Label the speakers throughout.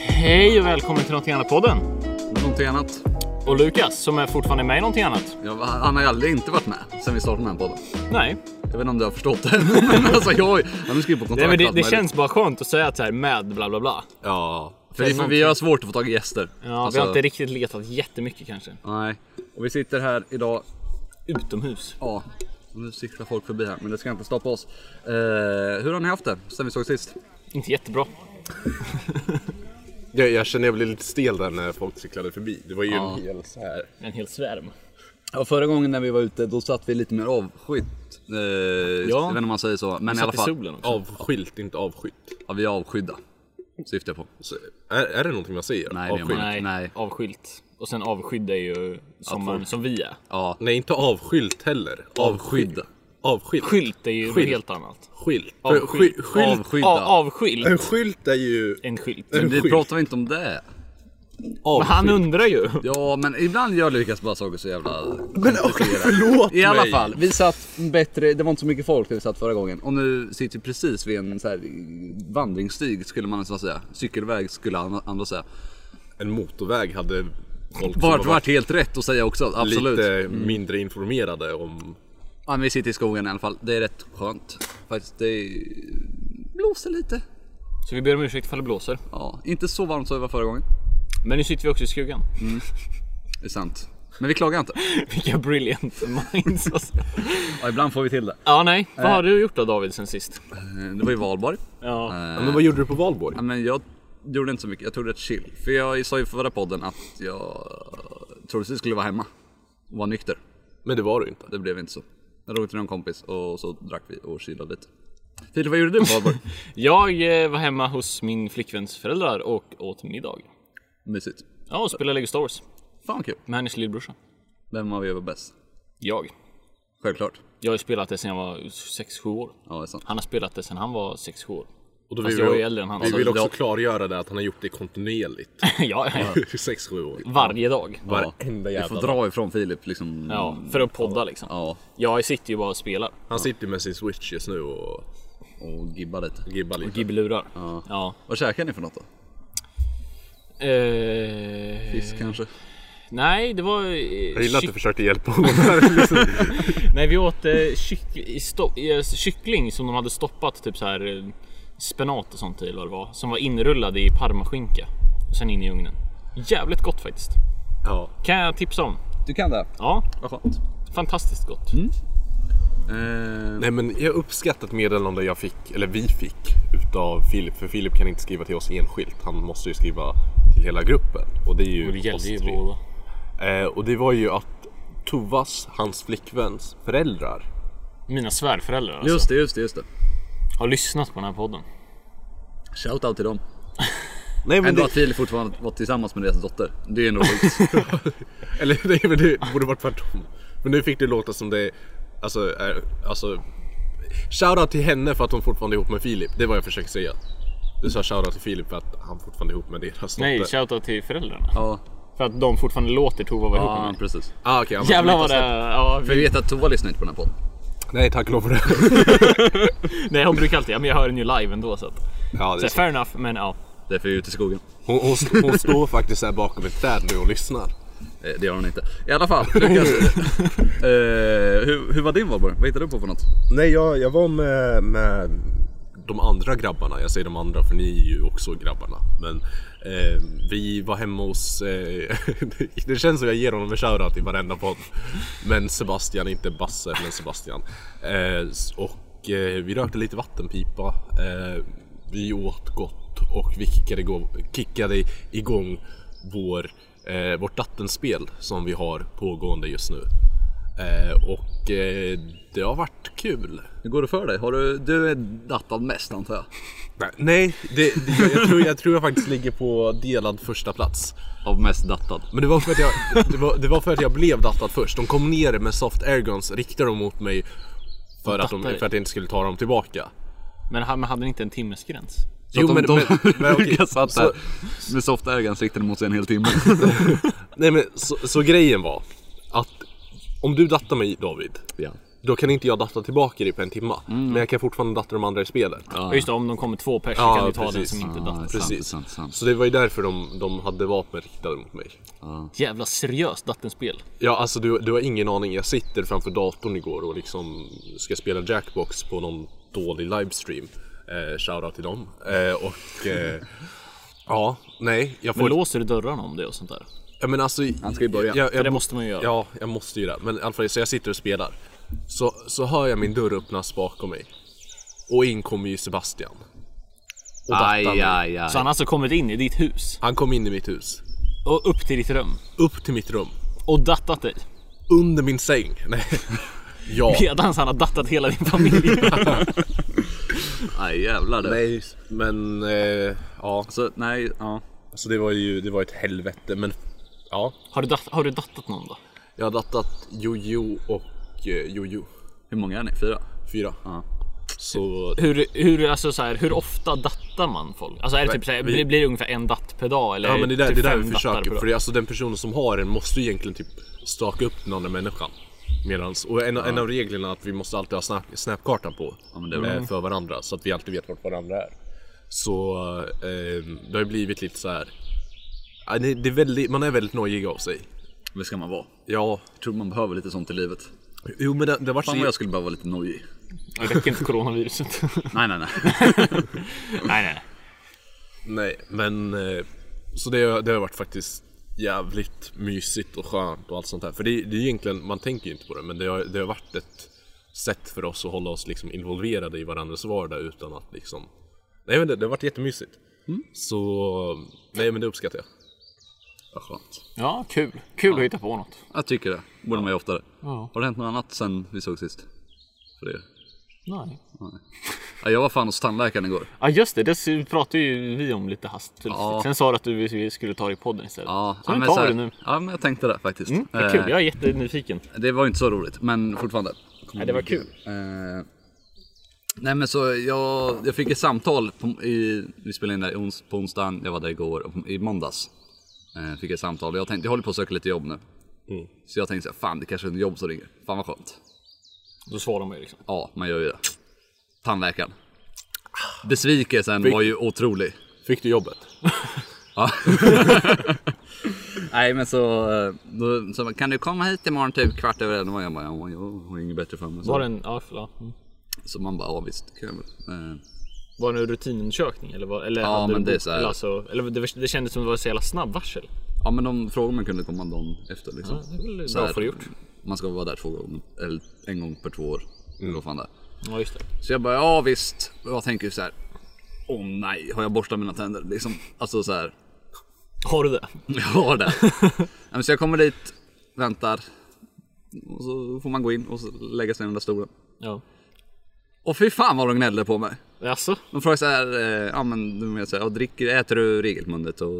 Speaker 1: Hej och välkommen till Någonting Annat-podden.
Speaker 2: Någonting annat?
Speaker 1: Och Lukas, som är fortfarande med i Någonting Annat.
Speaker 2: Jag, han har ju aldrig inte varit med sen vi startade den här podden.
Speaker 1: Nej,
Speaker 2: Jag vet inte om du har förstått det. Men alltså jag har ju- han har skrivit på
Speaker 1: Nej
Speaker 2: kontrakt.
Speaker 1: men
Speaker 2: och
Speaker 1: det,
Speaker 2: allt
Speaker 1: det
Speaker 2: möjligt.
Speaker 1: känns bara skönt att säga att så här med bla bla bla.
Speaker 2: Ja. För
Speaker 1: Säg
Speaker 2: vi, för vi
Speaker 1: någonting.
Speaker 2: har svårt att få tag i gäster.
Speaker 1: Ja,
Speaker 2: Alltså,
Speaker 1: Vi har inte riktigt letat jättemycket kanske.
Speaker 2: Nej. Och vi sitter här idag.
Speaker 1: Utomhus.
Speaker 2: Ja. och Nu cyklar folk förbi här men det ska inte stoppa oss. Eh, hur har ni haft det sen vi såg sist?
Speaker 1: Inte jättebra.
Speaker 3: Jag, jag känner jag blev lite stel där när folk cyklade förbi. Det var ju en hel så här.
Speaker 1: En hel svärm.
Speaker 2: Ja, förra gången när vi var ute då satt vi lite mer avskytt. Eh, Jag vet inte om man säger så. Men i alla
Speaker 1: Satt i
Speaker 2: fall.
Speaker 1: solen också.
Speaker 3: Avskilt, inte avskytt.
Speaker 2: Ja, vi är avskydda. Syftar jag på.
Speaker 3: Så, är, är det någonting man säger?
Speaker 2: Nej, det är man
Speaker 3: Avskilt?
Speaker 2: inte.
Speaker 1: Nej,
Speaker 2: nej.
Speaker 1: avskilt. Och sen avskydd är ju som, man, som vi är.
Speaker 2: Ja.
Speaker 3: Nej, inte avskilt heller. Avskydd. Avskilt.
Speaker 1: Skylt är ju något
Speaker 3: Skylt.
Speaker 1: helt annat.
Speaker 3: Skylt.
Speaker 1: Avskydd.
Speaker 3: Sky- Skylt.
Speaker 2: Avskydda.
Speaker 1: Av, avskilt.
Speaker 3: En skylt är ju...
Speaker 1: En skylt.
Speaker 3: En
Speaker 1: Men
Speaker 2: Nu
Speaker 3: skylt.
Speaker 2: pratar vi inte om det.
Speaker 1: han undrar ju.
Speaker 2: Ja, men ibland gör Lukas bara saker så jävla...
Speaker 3: Men okej, förlåt
Speaker 2: I alla
Speaker 3: mig.
Speaker 2: fall, vi satt bättre, det var inte så mycket folk där vi satt förra gången. Och nu sitter vi precis vid en så här eh, vandringsstig skulle man nästan säga. Cykelväg skulle an- andra säga.
Speaker 3: En motorväg hade folk som
Speaker 2: Vart,
Speaker 3: har
Speaker 2: vart helt rätt att säga också, absolut.
Speaker 3: lite
Speaker 1: Mm.
Speaker 3: mindre informerade om...
Speaker 2: Ja, men vi sitter i skogen i alla fall, det är rätt skönt. Faktiskt, det blåser lite.
Speaker 1: Så vi ber om ursäkt ifall det blåser.
Speaker 2: Ja, inte så varmt som det var förra gången.
Speaker 1: Men nu sitter vi också i skuggan.
Speaker 2: Det är sant. Men vi klagar inte.
Speaker 1: Vilka brilliant minds alltså.
Speaker 2: Ja, ibland får vi till det.
Speaker 1: Ja nej, vad har du gjort då David sen sist?
Speaker 2: Eh, Det var i Valborg.
Speaker 1: Ja.
Speaker 2: Eh.
Speaker 3: Ja, men vad gjorde du på valborg?
Speaker 2: Ja,
Speaker 1: Mm.
Speaker 2: men jag gjorde inte så mycket, jag tog det rätt chill. För jag sa ju förra podden att jag troligtvis skulle vara hemma och vara nykter.
Speaker 3: Men det var du inte.
Speaker 2: Det blev inte så. Jag drog till någon kompis och så drack vi och chillade lite. Filip, vad gjorde du på Valborg?
Speaker 1: Jag eh, var hemma hos min flickväns föräldrar och åt middag.
Speaker 2: Mysigt.
Speaker 1: Ja, och spelade Lego Star Wars
Speaker 2: Fan vad kul.
Speaker 1: med hennes lillbrorsa.
Speaker 2: Vem av er var bäst?
Speaker 1: Jag.
Speaker 2: Självklart.
Speaker 1: Jag har ju spelat det sen jag var 6-7 år.
Speaker 2: Ja, det är sant.
Speaker 1: Han har spelat det sen han var 6-7 år.
Speaker 3: Och då
Speaker 1: Fast
Speaker 3: vill
Speaker 1: jag
Speaker 3: vi-
Speaker 1: är ju äldre än han, Alltså,
Speaker 3: Vi
Speaker 1: så
Speaker 3: vill också
Speaker 2: jag-
Speaker 3: klargöra det att han har gjort det kontinuerligt.
Speaker 1: ja, ja.
Speaker 3: sex sju år.
Speaker 1: Varje dag.
Speaker 3: Varenda
Speaker 2: Vi
Speaker 3: jävla
Speaker 2: får
Speaker 3: dag.
Speaker 2: dra ifrån Filip liksom.
Speaker 1: Ja, för att podda liksom.
Speaker 2: Ja,
Speaker 1: Jag sitter ju bara och spelar.
Speaker 3: Han sitter med sin switch just nu och
Speaker 2: och gibba lite.
Speaker 3: gibbar lite.
Speaker 1: Gibbelurar. Ja.
Speaker 2: Vad käkar ni för något då?
Speaker 1: Eh,
Speaker 2: Fisk kanske?
Speaker 1: Nej, det var... eh,
Speaker 3: Jag gillar att
Speaker 1: kyck-
Speaker 3: du försökte hjälpa honom. liksom.
Speaker 1: Nej, vi åt eh, kyck, i sto, i, eh, kyckling som de hade stoppat typ så här eh, spenat och sånt i eller vad det var. Som var inrullad i parmaskinka. Och sen in i ugnen. Jävligt gott faktiskt.
Speaker 3: ja.
Speaker 1: Kan jag tipsa om.
Speaker 2: Du kan det?
Speaker 1: Ja,
Speaker 2: Vad skönt.
Speaker 1: fantastiskt gott.
Speaker 3: Mm.
Speaker 2: Eh,
Speaker 3: Nej men jag uppskattar ett meddelande jag fick, eller vi fick, utav Filip. För Filip kan inte skriva till oss enskilt. Han måste ju skriva till hela gruppen. Och det är ju
Speaker 1: Och det gällde ju
Speaker 3: oss tre.
Speaker 1: båda.
Speaker 3: Eh, och det var ju att Tovas, hans flickväns föräldrar.
Speaker 1: Mina svärföräldrar alltså,
Speaker 2: Just det, just det, just det.
Speaker 1: har lyssnat på den här podden.
Speaker 2: Shoutout till dem.
Speaker 3: Nej men
Speaker 2: Ändå
Speaker 3: det,
Speaker 2: att Filip fortfarande var tillsammans med deras dotter. Det är ändå sjukt.
Speaker 3: eller, nej, men det borde varit tvärtom. Men nu fick det låta som det, alltså, är, alltså. Shoutout till henne för att hon fortfarande är ihop med Filip. Det var jag försökte säga. Du sa shoutout till Filip för att han fortfarande är ihop med deras
Speaker 1: Nej,
Speaker 3: dotter.
Speaker 1: shoutout till föräldrarna.
Speaker 2: ja,
Speaker 1: För att de fortfarande låter Tova vara ihop med
Speaker 2: ja,
Speaker 1: mig.
Speaker 2: precis.
Speaker 3: Ah, okay, ja, men-
Speaker 1: Jävlar vad det... Ja,
Speaker 2: För
Speaker 1: vi,
Speaker 2: vi vet att Tova lyssnar inte på den här podden.
Speaker 3: Nej tack och lov för det.
Speaker 1: nej, hon brukar alltid... Ja, men jag hör den ju live ändå så att... Så,
Speaker 3: Ja, det
Speaker 1: här,
Speaker 3: är så.
Speaker 1: fair enough, men ja.
Speaker 2: Därför är jag ute i skogen.
Speaker 3: Hon, hon, st- hon står faktiskt här bakom ett träd nu och lyssnar.
Speaker 2: Eh, Det gör hon inte. I alla fall, Lukas. eh, hur, hur var din valborg? Vad hittade du på för något?
Speaker 3: Nej, jag, jag var med, med de andra grabbarna. Jag säger de andra för ni är ju också grabbarna. Men eh, vi var hemma hos... Eh, det känns som jag ger honom en shoutout i varenda podd. Men Sebastian, inte Basse, men Sebastian. Eh, s- och eh, vi rökte lite vattenpipa. Eh, vi åt gott och vi kickade, igång, kickade igång vår, eh, vårt dattenspel som vi har pågående just nu. Eh, och eh, det har varit kul.
Speaker 2: Hur går det för dig? Har du, du är dattad mest antar jag?
Speaker 3: Nej, det, det, jag- jag, tror, jag tror jag faktiskt ligger på delad första plats.
Speaker 2: Av mest dattad.
Speaker 3: Men det var för att jag, det var, det var för att jag blev dattad först. De kom ner med soft airguns, riktade dem mot mig för att, de,
Speaker 1: Dattade.
Speaker 3: för att jag inte skulle ta dem tillbaka.
Speaker 1: Men han hade ni inte en timmesgräns?
Speaker 3: Jo,
Speaker 2: de,
Speaker 3: men-
Speaker 2: de,
Speaker 3: men- men okej,
Speaker 2: Lukas satt
Speaker 3: så-
Speaker 2: där med softa ögon siktade mot sig en hel timme.
Speaker 3: Nej men så, så grejen var att om du dattar mig David
Speaker 2: ja.
Speaker 3: Då kan inte jag datta tillbaka det på en timma.
Speaker 2: Mm.
Speaker 3: Men jag kan fortfarande datta de andra i spelet.
Speaker 1: Ja, just det, om de kommer två pers
Speaker 3: Ja,
Speaker 1: så kan du ta
Speaker 3: precis.
Speaker 1: den som inte
Speaker 2: Ja,
Speaker 1: dattar.
Speaker 2: Sant,
Speaker 3: Precis.
Speaker 2: sant, sant.
Speaker 3: Så det var ju därför de, de hade vapen riktade mot mig.
Speaker 1: Jävla seriöst dattenspel.
Speaker 3: Ja, alltså du, du har ingen aning. Jag sitter framför datorn igår och liksom ska spela Jackbox på någon dålig livestream. Eh, shoutout till dem. Eh, och... Eh, ja, nej. Jag
Speaker 1: Men
Speaker 3: får...
Speaker 1: låser du dörrarna om det och sånt där?
Speaker 3: Ja, men alltså,
Speaker 2: Han ska ju börja.
Speaker 3: Jag,
Speaker 1: För det
Speaker 3: jag,
Speaker 1: måste man ju göra.
Speaker 3: ja, jag måste ju det. Men i alla fall, så jag sitter och spelar. Så, så hör jag min dörr öppnas bakom mig. Och in kommer ju Sebastian. Och
Speaker 2: Aj,
Speaker 3: dattar mig.
Speaker 2: aj, aj.
Speaker 1: Så han har alltså kommit in i ditt hus
Speaker 3: Han kom in i mitt hus.
Speaker 1: och upp till ditt rum
Speaker 3: Upp till mitt rum.
Speaker 1: och dattat dig.
Speaker 3: Under min säng. Nej. Ja.
Speaker 1: Medan han har dattat hela din familj.
Speaker 2: Aj, jävlar du.
Speaker 3: Nej, men eh, ja.
Speaker 2: Så, nej, ja.
Speaker 3: Alltså det var ju det var ett helvete. Men ja,
Speaker 1: har, du dat- har du dattat någon då?
Speaker 3: jag har dattat Jojo och eh, Jojo.
Speaker 2: Hur många är ni? Fyra?
Speaker 3: Fyra.
Speaker 2: Ja.
Speaker 3: Så
Speaker 1: Hur, hur, alltså så här, hur ofta dattar man folk? Alltså är det typ så här,
Speaker 3: vi-
Speaker 1: blir, blir det ungefär en datt per dag? Eller typ
Speaker 3: ja, men det är där, det är
Speaker 2: typ
Speaker 3: där vi
Speaker 1: fem dattar per
Speaker 3: försöker.
Speaker 1: dag?
Speaker 3: För det, är alltså den personen som har den måste ju egentligen typ staka upp den andra människan. Medans, och en, en av reglerna är att vi måste alltid ha snap, snapkartan på
Speaker 2: men det är bra.
Speaker 3: eh, för varandra så att vi alltid vet vart varandra är. Så eh, det har ju blivit lite så här. ja, Det det är väldigt, man är väldigt nojig av sig.
Speaker 2: Det ska man vara.
Speaker 3: Ja,
Speaker 2: Jag tror man behöver lite sånt i livet.
Speaker 3: jo men det, det har varit
Speaker 2: Fan
Speaker 3: så-
Speaker 2: vad jag skulle behöva lite nojig.
Speaker 1: Det räcker inte coronaviruset.
Speaker 2: Nej, nej, nej.
Speaker 1: nej, nej.
Speaker 3: Nej, men eh, så det, har- det har varit faktiskt jävligt mysigt och skönt och allt sånt här. För det, det är egentligen, man tänker ju inte på det, men det har, det har varit ett sätt för oss att hålla oss liksom involverade i varandras vardag utan att liksom... Nej men det, det har varit jättemysigt. Så, nej men det uppskattar jag.
Speaker 2: Vad skönt.
Speaker 1: Ja, kul. Kul att hitta på något.
Speaker 2: Jag tycker det. Borde man ju oftare.
Speaker 1: Ja.
Speaker 2: Har det hänt något annat sen vi såg sist? För er?
Speaker 1: Nej.
Speaker 2: Ja, jag var fan hos tandläkaren igår.
Speaker 1: Ja just det, det pratade ju vi om lite hastigt.
Speaker 2: Ja.
Speaker 1: Sen sa du att du skulle ta det i podden istället.
Speaker 2: Ja,
Speaker 1: så nu
Speaker 2: men
Speaker 1: tar
Speaker 2: så här-
Speaker 1: vi det nu.
Speaker 2: Ja, men jag tänkte det faktiskt.
Speaker 1: Mm, vad kul,
Speaker 2: Eh,
Speaker 1: jag är jättenyfiken.
Speaker 2: Det var ju inte så roligt, men fortfarande.
Speaker 1: Nej, det var kul.
Speaker 2: Eh, nej men så jag, jag fick ett samtal, på, i, vi spelade in det här i ons, på onsdagen, jag var där igår och på, i måndags. Eh, fick jag ett samtal och jag tänkte, jag håller på att söka lite jobb nu.
Speaker 1: Mm.
Speaker 2: Så jag tänkte så här, fan det kanske är ett jobb som ringer. Fan vad skönt.
Speaker 1: Då svarar man ju liksom.
Speaker 2: Ja, man gör ju det. Tandläkaren. Besvikelsen var ju otrolig.
Speaker 3: Fick du jobbet?
Speaker 2: Nej men så, eh, då, så bara, kan du komma hit imorgon typ kvart över elva? Jag bara, ja, jag har inget bättre för mig.
Speaker 1: Var det
Speaker 2: Så,
Speaker 1: en, ja, förlåt. Mm.
Speaker 2: så man bara, ja visst. det Kan jag väl. Eh,
Speaker 1: Var det en rutinundersökning eller? Var, eller
Speaker 2: Ja,
Speaker 1: hade
Speaker 2: men
Speaker 1: du-
Speaker 2: det är så här.
Speaker 1: eller Alltså, eller det, det kändes som det var så jävla snabb varsel.
Speaker 2: Ja men de frågade om man kunde komma dagen efter liksom.
Speaker 1: det är väl
Speaker 2: Så
Speaker 1: bra
Speaker 2: här,
Speaker 1: för gjort.
Speaker 2: Man ska vara där två gånger, eller en gång per två år.
Speaker 1: Mm.
Speaker 2: Eller vad fan det är.
Speaker 1: Ja just det.
Speaker 2: Så jag bara, ja visst. Och Jag tänker ju så här. Åh nej, har jag borstat mina tänder? Liksom, alltså så här.
Speaker 1: Har du det?
Speaker 2: Jag har det. Nej, men så jag kommer dit, väntar. Och så får man gå in och så lägga sig i den där stolen.
Speaker 1: Ja.
Speaker 2: Och fy fan vad de gnällde på mig.
Speaker 1: Alltså,
Speaker 2: De frågar så här, eh, ja men du menar så här, ja, dricker, äter du regelbundet och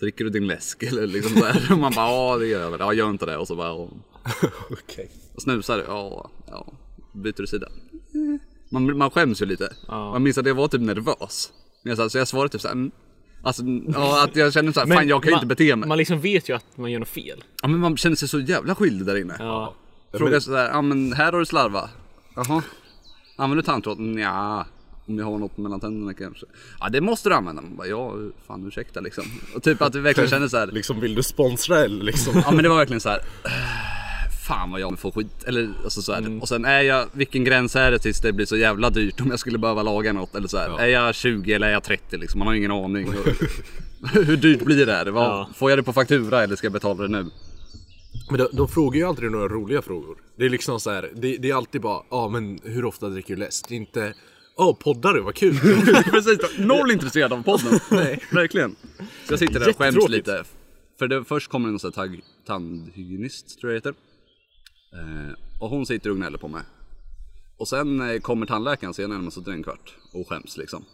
Speaker 2: dricker du din läsk eller liksom så här. Och man bara, ja det gör jag väl, ja gör inte det. Och så bara, ja.
Speaker 3: Okej.
Speaker 2: Och snusar, ja, ja. Byter du sida? Eh. Man, man skäms ju lite. Man minns att jag var typ nervös. Men jag, så, här, så jag svarade typ såhär, mm. Alltså, ja, att jag kände såhär, fan jag kan ju
Speaker 1: man,
Speaker 2: inte bete mig.
Speaker 1: Man liksom vet ju att man gör något fel.
Speaker 2: Ja, men man känner sig så jävla skyldig där inne.
Speaker 1: Ja.
Speaker 2: Frågar sådär, ja men här har du slarvat. Jaha. Använder du tandtråd? Nja. Om jag har något mellan tänderna kanske. Ja det måste du använda. Man bara, ja fan ursäkta liksom. Och typ att vi verkligen känner såhär.
Speaker 3: Liksom vill du sponsra eller liksom?
Speaker 2: Ja men det var verkligen så här. "Eh, Fan vad jag får skit. Eller alltså så här.
Speaker 1: Mm.
Speaker 2: Och sen är jag, vilken gräns är det tills det blir så jävla dyrt om jag skulle behöva laga något eller så här. Är jag 20 eller är jag 30 liksom? Man har ingen aning. Hur dyrt blir det här? Vad,
Speaker 1: Ja.
Speaker 2: Får jag det på faktura eller ska jag betala det nu?
Speaker 3: Men de, de frågar ju aldrig några roliga frågor. Det är liksom så här, det, det är alltid bara, ja ah, men hur ofta dricker du läsk? Det är inte, ja poddar du, vad kul.
Speaker 2: Precis, noll intresserad av podden. Nej. Verkligen. Så jag sitter där och skäms
Speaker 3: Jättetråkigt.
Speaker 2: lite. För det, först kommer en sån här tag, tandhygienist, tror jag det heter. Eh, och hon sitter och gnäller på mig. Och sen eh, kommer tandläkaren, så jag närmar mig så en kvart och skäms liksom.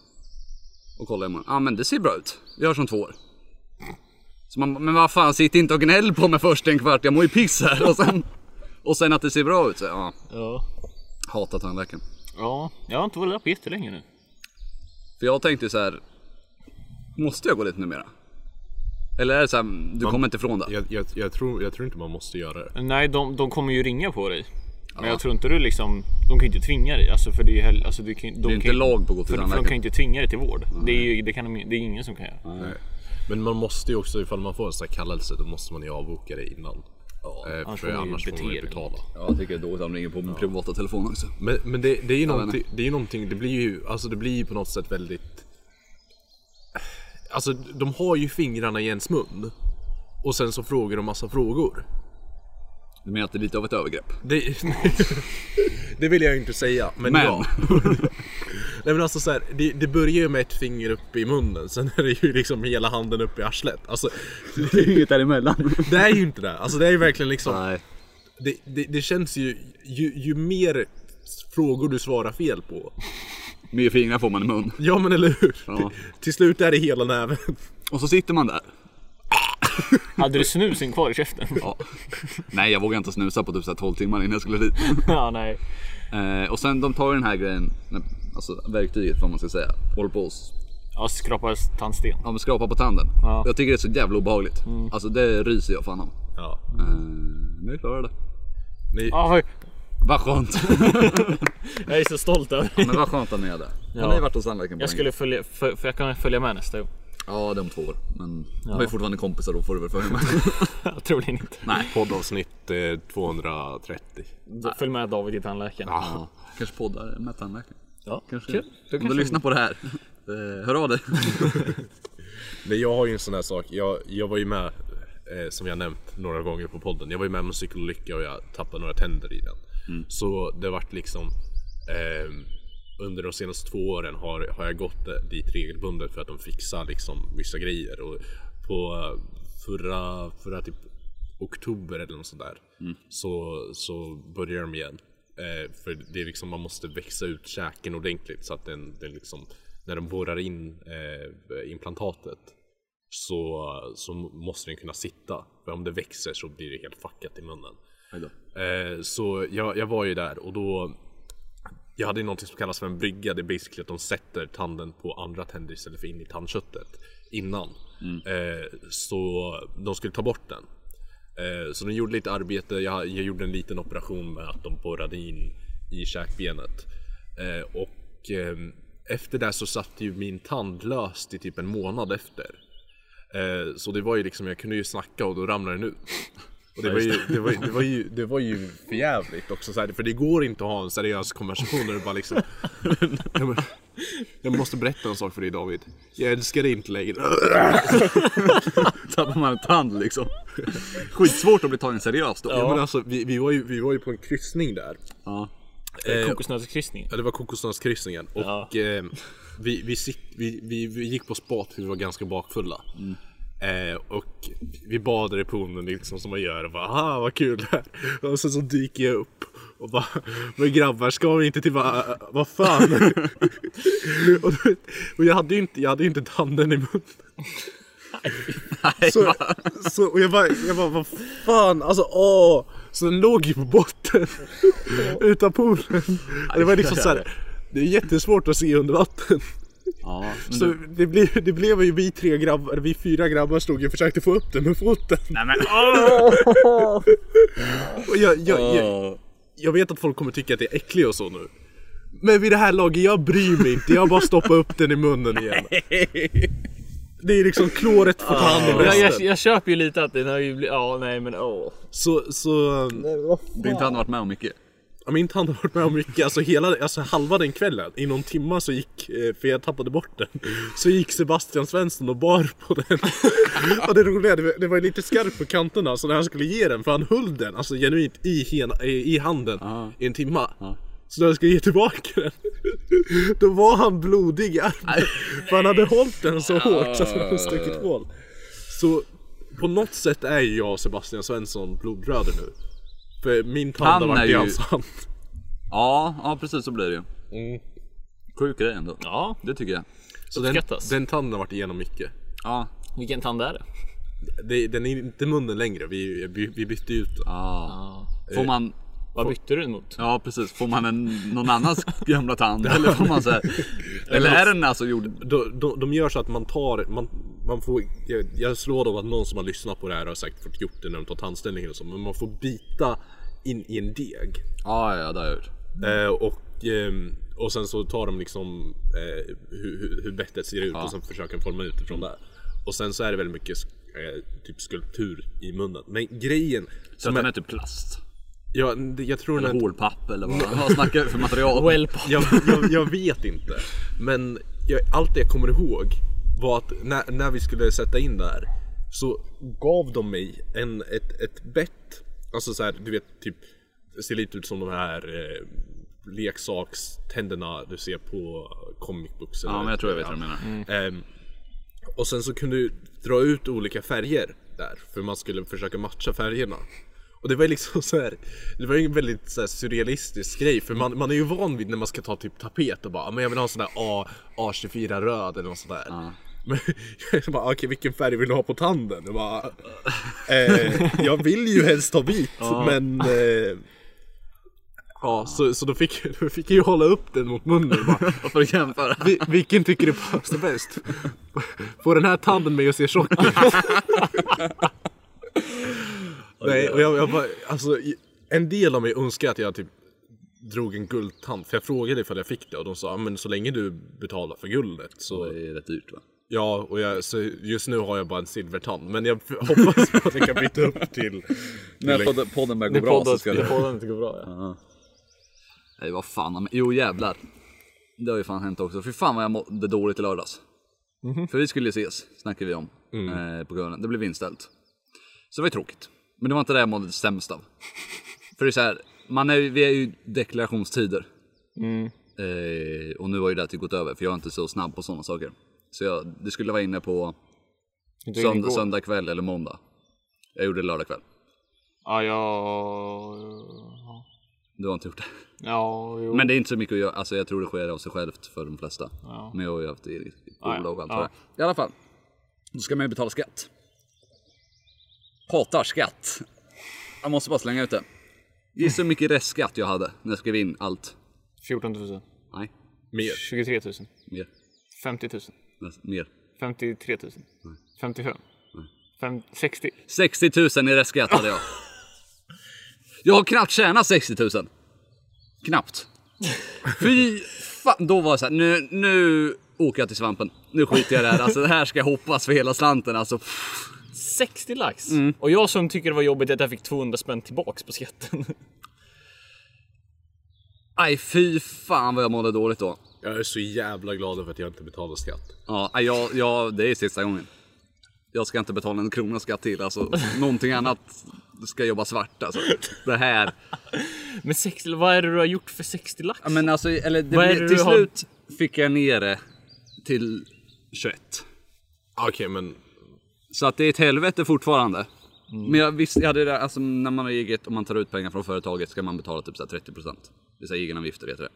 Speaker 2: Och kollar imorgon, ja ah, men det ser bra ut. Vi gör som två år. Så man, bara, men vad fan, sitt inte och gnäll på mig först en kvart, jag mår ju piss här. Och sen, och sen att det ser bra ut, så ja,
Speaker 1: Ja.
Speaker 2: hatar tandläkaren.
Speaker 1: ja. Jag har inte varit där på jättelänge nu.
Speaker 2: För jag tänkte så här. Måste jag gå dit numera? Eller är det så här, du kommer inte ifrån det?
Speaker 3: Jag, jag, jag, tror, jag tror inte man måste göra det.
Speaker 1: Nej, de, de kommer ju ringa på dig. Men jag tror inte du liksom, de kan ju inte tvinga dig. Alltså för det är ju hell, alltså du kan, de
Speaker 2: Det är
Speaker 1: kan
Speaker 2: inte
Speaker 1: ju-
Speaker 2: lag på att gå
Speaker 1: för, för de
Speaker 2: till
Speaker 1: kan ju
Speaker 2: tandläkaren.
Speaker 1: inte tvinga dig till vård. Det är ju det kan de, det är ingen som kan göra.
Speaker 2: Nej.
Speaker 3: Men man måste ju också, ifall man får en sån här kallelse, då måste man ju avboka det innan.
Speaker 2: Ja.
Speaker 3: Eh,
Speaker 1: Annars
Speaker 3: för
Speaker 1: får man ju
Speaker 3: annars får man ju
Speaker 1: bete dig.
Speaker 3: betala.
Speaker 2: Ja, jag tycker det är dåligt att de ringer på min privata telefon också.
Speaker 3: Men, men det, det är ju
Speaker 2: men-
Speaker 3: någonting, det, är ju någonting det, blir ju, alltså det blir ju på något sätt väldigt... Alltså de har ju fingrarna i ens mun. Och sen så frågar de massa frågor.
Speaker 2: Du menar att det är lite av ett övergrepp?
Speaker 3: Det, det vill jag ju inte säga, men,
Speaker 2: Men.
Speaker 3: ja. Nej men alltså så här, det, det börjar ju med ett finger upp i munnen, sen är det ju liksom hela handen upp i arslet. Alltså,
Speaker 2: Det är inget däremellan.
Speaker 3: det är ju inte det. Alltså det är ju verkligen liksom...
Speaker 2: Nej.
Speaker 3: Det, det, det känns ju, ju, ju mer frågor du svarar fel på.
Speaker 2: Mer fingrar får man i mun.
Speaker 3: Ja men eller hur?
Speaker 2: Ja.
Speaker 3: Till slut är det hela näven.
Speaker 2: Och så sitter man där.
Speaker 1: Hade du snusen kvar i käften?
Speaker 2: Ja. Nej, jag vågar inte snusa på typ så här 12 timmar innan jag skulle dit.
Speaker 1: ja, nej.
Speaker 2: Eh, och sen de tar ju den här grejen, nej, alltså verktyget vad man ska säga. Håller på och s-
Speaker 1: Ja, skrapa tandsten.
Speaker 2: ja, men skrapa på tanden.
Speaker 1: Ja.
Speaker 2: Jag tycker det är så jävla obehagligt. Alltså det ryser jag fan om.
Speaker 3: Ja.
Speaker 2: Eh, men jag klarar det.
Speaker 3: Ni,
Speaker 1: Ja, oj.
Speaker 2: Vad skönt.
Speaker 1: jag är så stolt över
Speaker 2: men vad skönt att ni är där.
Speaker 1: Ja.
Speaker 2: Har ni varit hos tandläkaren på
Speaker 1: Jag
Speaker 2: länge?
Speaker 1: skulle följa, för, för jag kan följa med nästa gång.
Speaker 2: Ja, det är om två år. Men jag har ju fortfarande kompisar då får du väl följa med.
Speaker 1: Troligen inte.
Speaker 3: Poddavsnitt eh, 230.
Speaker 1: Följ med David till tandläkaren.
Speaker 2: ja. Kanske poddar med tandläkaren.
Speaker 1: Ja,
Speaker 2: Kanske.
Speaker 1: kul.
Speaker 2: Om du lyssnar på det här, eh, hör av dig.
Speaker 3: Nej, jag har ju en sån här sak. Jag, jag var ju med, eh, som jag nämnt några gånger på podden. Jag var ju med om en cykelolycka och jag tappade några tänder i den. Så det vart liksom ehm, under de senaste två åren har, har jag gått dit regelbundet för att de fixar liksom vissa grejer. Och på eh, förra, förra typ oktober eller något sånt där så, så börjar de igen. Eh, för det är liksom, man måste växa ut käken ordentligt så att den, den liksom, när de borrar in eh, implantatet så, så måste den kunna sitta. För om det växer så blir det helt fuckat i munnen. Eh, så jag, jag var ju där och då jag hade ju någonting som kallas för en brygga. Det är basically att de sätter tanden på andra tänder istället för in i tandköttet innan. Eh, så de skulle ta bort den. Eh, så de gjorde lite arbete. Jag, jag gjorde en liten operation med att de borrade in i käkbenet. Eh, och ehm, efter det så satt ju min tand löst i typ en månad efter. Eh, så det var ju liksom, jag kunde ju snacka och då ramlade den ut. Och det, var ju, det, var, ju- det, var ju, det var ju förjävligt också, så här, för det går inte att ha en seriös konversation där du bara liksom... Jag, bara, jag måste berätta en sak för dig David. Jag älskar dig inte längre.
Speaker 2: Tappar man en tand liksom. Skitsvårt att bli tagen seriöst då.
Speaker 3: Ja. Men alltså, vi, vi, var ju, vi var ju på en kryssning där.
Speaker 2: Ja.
Speaker 1: Eh, Kokosnötskryssning.
Speaker 3: Ja, det var Kokosnötskryssningen. Och eh, vi, vi, sitt, vi, vi, vi gick på spat för vi var ganska bakfulla. Eh, och vi badade i poolen liksom som man gör och bara aha vad kul det här. Och sen så dyker jag upp och bara men grabbar ska vi inte till va, vad fan. och, då- och jag hade ju inte, jag hade ju inte tanden i munnen. Så, så, och jag bara, jag bara, vad fan, alltså åh! Så den låg ju på botten utan poolen. Och det var liksom så här, det är jättesvårt att se under vatten.
Speaker 2: ja. Men
Speaker 3: Så
Speaker 2: du,
Speaker 3: det blev, det blev ju vi tre grabbar, vi fyra grabbar stod ju och försökte få upp den med foten.
Speaker 2: nej men.
Speaker 3: Och jag, jag, jag, jag vet att folk kommer tycka att jag är äcklig och så nu. Men vid det här laget, jag bryr mig inte. Jag bara stoppar upp den i munnen igen. Det är liksom klåret får ta hand om
Speaker 1: Jag, jag,
Speaker 3: resten.
Speaker 1: jag köper ju lite att den har ju blivit... Ja, nej men åh.
Speaker 3: Så, så...
Speaker 2: Din tand har varit med om mycket.
Speaker 3: Ja, min tand har varit med om mycket, alltså, hela, alltså halva den kvällen, i någon timma så gick, eh, för jag tappade bort den, så gick Sebastian Svensson och bar på den. och det roliga, det var- det var ju lite skarpt på kanterna, så när han skulle ge den, för han höll den alltså genuint i, hena, i, i handen
Speaker 2: Ah.
Speaker 3: i en timma. Så när jag skulle ge tillbaka den, då var han blodig i armen. För han hade hållit den
Speaker 2: Ah.
Speaker 3: så hårt så att den hade stuckit hål. Så på något sätt är ju jag och Sebastian Svensson blodbröder nu. För min tand
Speaker 2: Han
Speaker 3: har
Speaker 2: är
Speaker 3: varit i
Speaker 2: ju-
Speaker 3: hans hand.
Speaker 2: Ja, ja precis så blir det ju. Sjuk grej ändå.
Speaker 1: Mm. Ja,
Speaker 2: Det tycker jag.
Speaker 3: Så den,
Speaker 1: Uppskattas.
Speaker 3: den tanden har varit igenom mycket.
Speaker 2: Ja.
Speaker 1: vilken tand är det?
Speaker 3: Det, den är inte munnen längre, vi, vi, vi bytte ut den.
Speaker 2: ja. Får man,
Speaker 1: Vad bytte du den mot?
Speaker 2: ja precis, får man en, någon annans gamla tand eller får man så här, Eller är den alltså gjord?
Speaker 3: De, de, de gör så att man tar, man, man får, jag, jag slår dem att någon som har lyssnat på det här har säkert fått gjort det när de tar tandställningen och så, men man får bita in i en deg.
Speaker 2: Ja, ja, det har jag gjort.
Speaker 3: Eh, och, ehm, och sen så tar de liksom eh, hur, hur- hur bettet ser ut och sen försöker de forma utifrån det. Och sen så är det väldigt mycket sk- eh, typ skulptur i munnen. Men grejen...
Speaker 2: Så
Speaker 3: Som
Speaker 2: att den är
Speaker 3: är,
Speaker 2: typ plast.
Speaker 3: ja, jag tror den är
Speaker 2: Eller hålpapp eller vad, vad snackar vi för material?
Speaker 3: jag, jag, jag vet inte. Men jag, allt det jag kommer ihåg var att när, när vi skulle sätta in det här så gav de mig en, ett, ett bett. Alltså så här, du vet, typ, det ser lite ut som de här eh, leksakständerna du ser på comic books.
Speaker 2: Ja,
Speaker 3: eller-
Speaker 2: men jag tror jag vet vad du menar.
Speaker 3: Ehm, och sen så kunde du dra ut olika färger där, för man skulle försöka matcha färgerna. Och det var ju liksom så här, det var ju en väldigt så här surrealistisk grej för man, man är ju van vid när man ska ta typ tapet och bara "Ah, men jag vill ha en sån där A, A24 röd eller något sånt där. Men jag bara okej vilken färg vill du ha på tanden? Jag bara, eh, jag vill ju helst ha vit men eh, Ja, så, så då, fick, då fick jag ju hålla upp den mot munnen och bara,
Speaker 2: För att jämföra.
Speaker 3: vi, vilken tycker du passar bäst? Får den här tanden mig att se tjock ut? Nej, och jag, jag bara, alltså, i- en del av mig önskar att jag typ drog en guldtand. För jag frågade ifall jag fick det och de sa "Ja, men så länge du betalar för guldet så
Speaker 2: Det är rätt dyrt va?
Speaker 3: Ja, och jag, så just nu har jag bara en silvertand. Men jag f- hoppas på att jag kan byta upp till...
Speaker 2: När podden, podden börjar gå bra så ska det...
Speaker 1: podden inte går bra ja.
Speaker 2: Nej vad fan, men- jo jävlar. Det har ju fan hänt också. Fy fan vad jag mådde dåligt i lördags. För vi skulle ju ses, snackade vi om. Eh, på kvällen. Det blev inställt. Så det var ju tråkigt. Men det var inte det jag mådde sämst av. För det är så här, man är, ju- vi är ju i deklarationstider. Eh, och nu har ju det här typ gått över för jag är inte så snabb på sådana saker. Så jag, det skulle vara inne på
Speaker 1: Inte
Speaker 2: sönd-
Speaker 1: igår.
Speaker 2: söndag kväll eller måndag. Jag gjorde det lördag kväll.
Speaker 1: Ja, jag...
Speaker 2: Du har inte gjort det.
Speaker 1: Ja, jo.
Speaker 2: Men det är inte så mycket att göra. Alltså jag tror det sker av sig självt för de flesta.
Speaker 1: Ja.
Speaker 2: Men jag har ju haft eget
Speaker 1: Ja, ja.
Speaker 2: bolag och allt
Speaker 1: Ja.
Speaker 2: vad det är. I alla fall. Då ska man ju betala skatt. Hatar skatt. Jag måste bara slänga ut det. Gissa hur mycket restskatt jag hade när jag skrev in allt.
Speaker 1: 14 000.
Speaker 2: Nej,
Speaker 3: Mer.
Speaker 1: 23 000.
Speaker 2: mer.
Speaker 1: 50 000.
Speaker 2: Näst- Mer.
Speaker 1: 53 000.
Speaker 2: Mm.
Speaker 1: 55. Fem, 60.
Speaker 2: 60 000 i restskatt hade jag. Jag har knappt tjänat 60 000. Knappt. Fy fan. Då var jag såhär, nu, nu åker jag till svampen. Nu skiter jag i det här. Alltså det här ska jag hoppas för hela slanten. Alltså, pff.
Speaker 1: 60 lax?
Speaker 2: Mm.
Speaker 1: Och jag som tycker det var jobbigt att jag fick 200 spänn tillbaks på skatten.
Speaker 2: aj fy fan vad jag mådde dåligt då.
Speaker 3: Jag är så jävla glad över att jag inte betalar skatt.
Speaker 2: Ja, aj, jag, jag, det är sista gången. Jag ska inte betala en krona skatt till. Alltså, någonting annat ska jobba svart alltså. Det här.
Speaker 1: Men 60, vad är det du har gjort för 60 lax?
Speaker 2: Ja, Men alltså, eller det,
Speaker 1: Vad är
Speaker 2: blev-
Speaker 1: det
Speaker 2: till
Speaker 1: du har-
Speaker 2: slut fick jag ner det till 21.
Speaker 3: Okej, men...
Speaker 2: Så att det är ett helvete fortfarande. Men jag visste, jag hade det där, alltså när man har eget och man tar ut pengar från företaget ska man betala typ så här 30%. Det är så här egenavgifter heter det.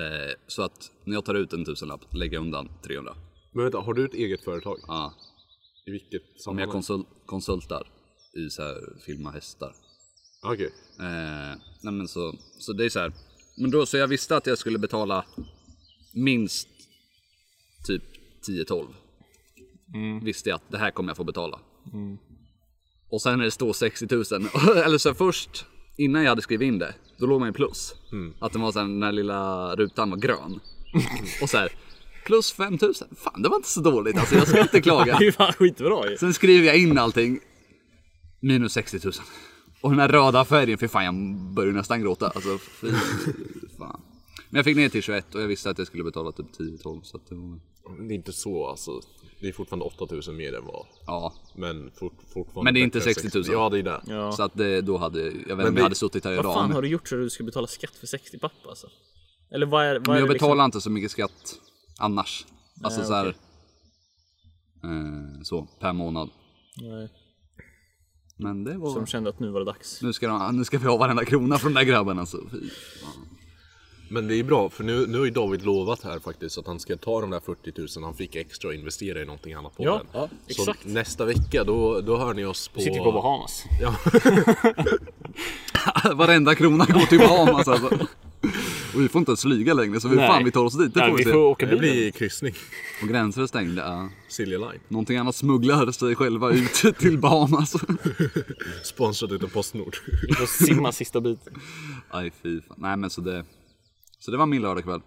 Speaker 2: Eh, så att när jag tar ut en tusenlapp lägger jag undan 300.
Speaker 3: Men vänta, har du ett eget företag?
Speaker 2: Ja.
Speaker 3: I vilket
Speaker 2: Men jag
Speaker 3: sammanhang?
Speaker 2: konsul, konsultar i så här filma hästar.
Speaker 3: Okej.
Speaker 2: Eh, nej men så, så det är så här. Men då, så jag visste att jag skulle betala minst typ 10-12. Visste jag att det här kommer jag få betala. Och sen när det står 60 000, eller så här, först innan jag hade skrivit in det, då låg man i plus. Att den var så här, den där lilla rutan var grön. Och så här, plus 5 000. Fan det var inte så dåligt alltså, jag ska inte klaga.
Speaker 1: Det är ju fan skitbra ju.
Speaker 2: Sen skriver jag in allting. Minus 60 000. Och den här röda färgen, för fan jag börjar nästan gråta. Alltså, fy fan. Men jag fick ner till 21 och jag visste att jag skulle betala typ 10-12 så att det var...
Speaker 3: Det är inte så alltså. Det är fortfarande 8000 mer än vad...
Speaker 2: Ja.
Speaker 3: Men fort, fortfarande...
Speaker 2: Men det är inte
Speaker 3: bättre än
Speaker 2: 60 000.
Speaker 3: Ja, det är det.
Speaker 1: Ja.
Speaker 2: Så att det, då hade, jag vet inte om
Speaker 3: det-
Speaker 2: jag hade suttit här idag.
Speaker 1: Vad fan
Speaker 2: men-
Speaker 1: har du gjort så du ska betala skatt för 60 papp alltså? Eller vad är, vad
Speaker 2: Men
Speaker 1: är
Speaker 2: jag
Speaker 1: det liksom?
Speaker 2: betalar inte så mycket skatt annars. Alltså
Speaker 1: Nej,
Speaker 2: så här. Eh, så, per månad.
Speaker 1: liksom? Nej,
Speaker 2: Men det var...
Speaker 1: Som kände att nu var det dags.
Speaker 2: Nu, ska de, nu ska vi ha varenda krona från den där grabben alltså. Fy.
Speaker 3: Men det är bra, för nu, nu har ju David lovat här faktiskt att han ska ta de där 40 000 han fick extra och investera i någonting annat på
Speaker 1: Ja,
Speaker 3: den.
Speaker 1: ja,
Speaker 3: Så
Speaker 1: exakt.
Speaker 3: nästa vecka, då, då hör ni oss på...
Speaker 1: Sitter på Bahamas.
Speaker 2: Varenda krona går till Bahamas alltså. Och vi får inte ens flyga längre så hur
Speaker 1: Nej.
Speaker 2: fan vi tar oss dit, det
Speaker 1: Nej,
Speaker 2: får
Speaker 1: vi
Speaker 2: vi se.
Speaker 1: får åka
Speaker 3: Det
Speaker 1: bilen.
Speaker 3: blir kryssning.
Speaker 2: Och gränser är stängda. Ja.
Speaker 3: Silja Line.
Speaker 2: Någonting annat smugglar sig själva ut till alltså. Bahamas.
Speaker 3: Sponsrad utav Postnord.
Speaker 1: Vi får simma sista biten.
Speaker 2: Mm. Aj fy fan. Nej men så det. Så det var min lördagkväll.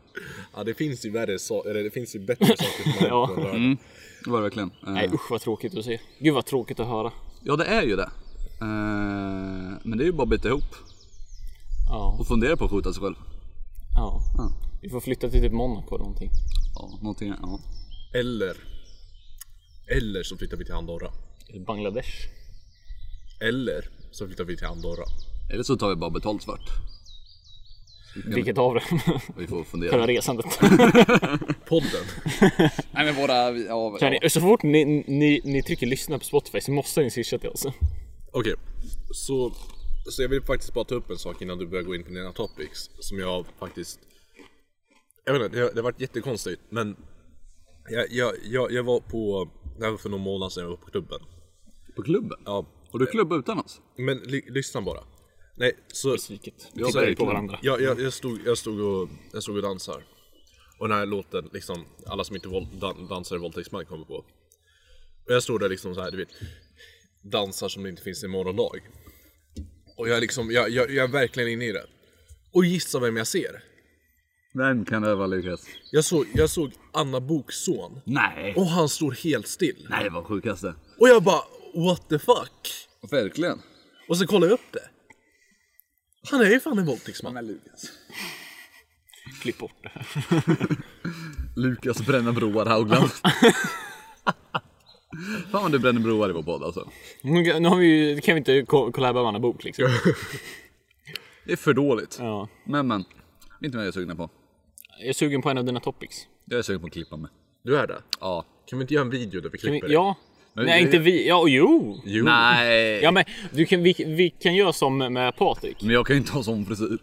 Speaker 3: ja, det finns ju värre so- eller det finns ju bättre saker som har
Speaker 1: Ja.
Speaker 3: hänt på en lördag.
Speaker 2: Mm. Det var det verkligen. Eh,
Speaker 1: Nej usch vad tråkigt att se. Gud vad tråkigt att höra.
Speaker 2: Ja det är ju det. Eh, men det är ju bara att bita ihop.
Speaker 1: Ja.
Speaker 2: Och fundera på att skjuta sig själv.
Speaker 1: ja. Vi får flytta till typ Monaco eller någonting.
Speaker 2: Ja, någonting, ja.
Speaker 3: Eller... Eller så flyttar vi till Andorra.
Speaker 1: Eller Bangladesh.
Speaker 3: Eller så flyttar vi till Andorra.
Speaker 2: Eller så tar vi bara betalt svart.
Speaker 1: Vilket av dem?
Speaker 2: Och vi får fundera.
Speaker 1: Själva resandet.
Speaker 3: Podden.
Speaker 2: Nej men våra, ja,
Speaker 1: Kan ni, så fort ni, ni, ni trycker lyssna på Spotify så måste ni swisha till oss.
Speaker 3: Okej, så, så jag vill faktiskt bara ta upp en sak innan du börjar gå in på dina topics som jag faktiskt... Jag vet inte, det har, det har varit jättekonstigt men jag, jag, jag, jag var på, det här var för någon månad sedan jag var på klubben.
Speaker 2: på klubben.
Speaker 3: Ja,
Speaker 2: Har du klubb utan oss?
Speaker 3: men ly, lyssna bara. Nej, så...
Speaker 1: Besviket.
Speaker 2: Ja,
Speaker 1: Tittar vi på
Speaker 2: verkligen.
Speaker 1: varandra.
Speaker 3: Jag, jag, jag, stod, jag, stod och, jag stod och dansar. Och den här låten, liksom, alla som inte våld, dan, dansar i våldtäktsman kommer på. Och jag står där liksom så här, du vet. Dansar som det inte finns i morgondag. Och jag, är liksom, jag, jag, jag är verkligen inne i det. Och gissa vem jag ser?
Speaker 2: Vem kan öva Lukas?
Speaker 3: Jag såg, jag såg Anna Boks son.
Speaker 2: Nej!
Speaker 3: Och han står helt still.
Speaker 2: Nej vad sjukaste.
Speaker 3: Och jag bara, what the fuck?
Speaker 2: Verkligen.
Speaker 3: Och så kollar jag upp det. Han är alltså. ju fan en våldtäktsman.
Speaker 2: Men Lukas.
Speaker 1: Klipp bort det här.
Speaker 2: Lukas bränner broar Haugland. Fan vad du bränner broar i vår podd alltså.
Speaker 1: Nu nu har vi ju, kan vi inte ko- collaba med Anna Bok liksom.
Speaker 2: Det är för dåligt.
Speaker 1: Ja.
Speaker 2: Men men. Inte vad jag är sugen på.
Speaker 1: Jag är sugen på en av dina topics.
Speaker 2: Jag är sugen på att klippa mig.
Speaker 3: Du är det?
Speaker 2: Ja.
Speaker 3: Kan vi inte göra en video där vi
Speaker 1: Kan
Speaker 3: klipper
Speaker 1: vi,
Speaker 3: det?
Speaker 1: ja.
Speaker 2: Men
Speaker 1: Nej
Speaker 2: det-
Speaker 1: inte vi. Ja och jo.
Speaker 3: Jo.
Speaker 2: Nej.
Speaker 1: Ja men du kan, vi, vi kan göra som med Patrik.
Speaker 2: Men jag kan ju inte ha sån frisyr.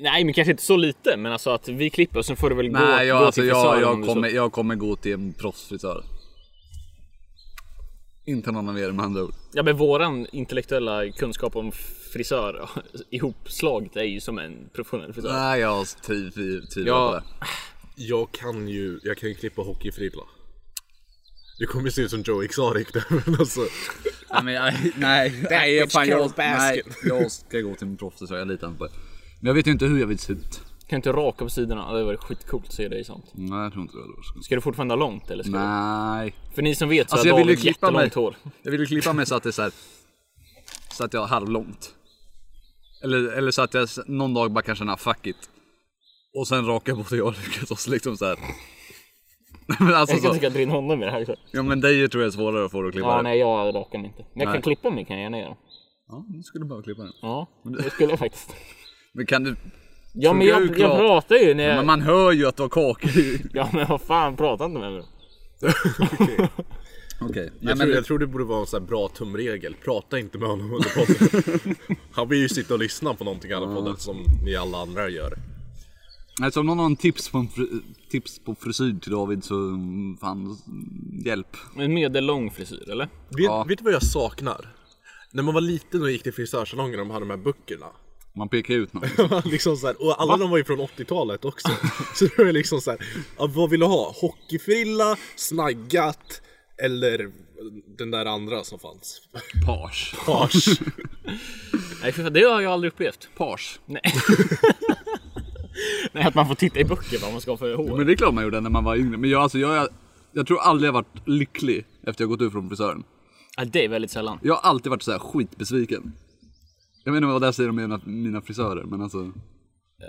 Speaker 1: Nej men kanske inte så lite men alltså att vi klipper och sen får du väl gå,
Speaker 2: Nej, jag,
Speaker 1: gå
Speaker 2: alltså,
Speaker 1: till
Speaker 2: jag,
Speaker 1: frisören om
Speaker 2: jag,
Speaker 1: du så-
Speaker 2: kommer, jag kommer gå till en proffsfrisör. Inte någon av er med andra ord.
Speaker 1: Ja men våran intellektuella kunskap om frisör ihopslaget är ju som en professionell frisör.
Speaker 2: Nej, jag tvivlar
Speaker 3: Ja.
Speaker 2: på det.
Speaker 3: Jag kan ju, jag kan ju klippa hockeyfrilla. Du kommer ju se ut som Joe Exotic där men alltså.
Speaker 2: Nej, men jag, nej, nej, jag, fan, jag, nej, jag ska gå till en proffsfrisör. Jag litar inte på det. Men jag vet ju inte hur jag vill se ut.
Speaker 1: Kan inte raka på sidorna? Det hade varit skitcoolt att se dig i sånt.
Speaker 2: Nej, jag tror inte det. hade varit så konstigt.
Speaker 1: Ska du fortfarande ha långt eller? Ska du?
Speaker 2: Nej.
Speaker 1: För ni som vet så
Speaker 2: Alltså,
Speaker 1: har
Speaker 2: jag vill ju
Speaker 1: David
Speaker 2: klippa mig.
Speaker 1: jättelångt hår.
Speaker 2: Jag vill ju klippa mig så att det är så här. Så att jag har halvlångt. Eller, eller så att jag s- någon dag bara kan känna fuck it. Och sen raka både jag och Lukas oss liksom så här. Nej, men alltså
Speaker 1: Jag ska
Speaker 2: så.
Speaker 1: tycka att din honom med det här.
Speaker 2: Ja men dig tror jag är svårare att få dig att klippa
Speaker 1: Ja,
Speaker 2: det.
Speaker 1: nej jag rakar mig inte. Men jag
Speaker 2: Nej.
Speaker 1: kan klippa mig kan jag gärna göra.
Speaker 2: Ja, nu skulle du behöva klippa den.
Speaker 1: Ja, det skulle jag faktiskt.
Speaker 2: Men kan du...
Speaker 1: Ja men
Speaker 2: Tugga
Speaker 1: jag,
Speaker 2: ur
Speaker 1: jag
Speaker 2: klart.
Speaker 1: pratar ju när
Speaker 2: Men
Speaker 1: jag...
Speaker 2: man hör ju att du har kakor i.
Speaker 1: Ja men vad fan pratar inte med mig.
Speaker 2: Okej.
Speaker 3: Jag,
Speaker 2: Nej men
Speaker 3: tror, jag tror det borde vara en sån här bra tumregel. Prata inte med honom under podden. Han vill ju sitta och lyssna på någonting i alla podden som ni alla andra gör.
Speaker 2: alltså, om någon har en tips på, en fri... tips på frisyr till David så mm, fan, hjälp.
Speaker 1: En medellång frisyr eller?
Speaker 3: Vet, vet du vad jag saknar? När man var liten och gick till frisörsalongen och de hade de här böckerna.
Speaker 2: Man pekar ut någon.
Speaker 3: liksom så här, och alla de var ju från 80-talet också. Så det var ju liksom så här, ja, vad vill du ha? Hockeyfrilla, snaggat eller den där andra som fanns?
Speaker 2: Page.
Speaker 3: Page.
Speaker 1: Nej för fan, det har jag aldrig upplevt.
Speaker 2: Page.
Speaker 1: Nej. nej att man får titta i böcker vad man ska ha för hår.
Speaker 2: Men det är klart man gjorde när man var yngre. Men jag, alltså, jag, jag tror aldrig jag varit lycklig efter jag gått ut från frisören.
Speaker 1: Ja, det är väldigt sällan.
Speaker 2: Jag har alltid varit så här skitbesviken. Jag vet inte vad det här säger om mina, mina frisörer men alltså.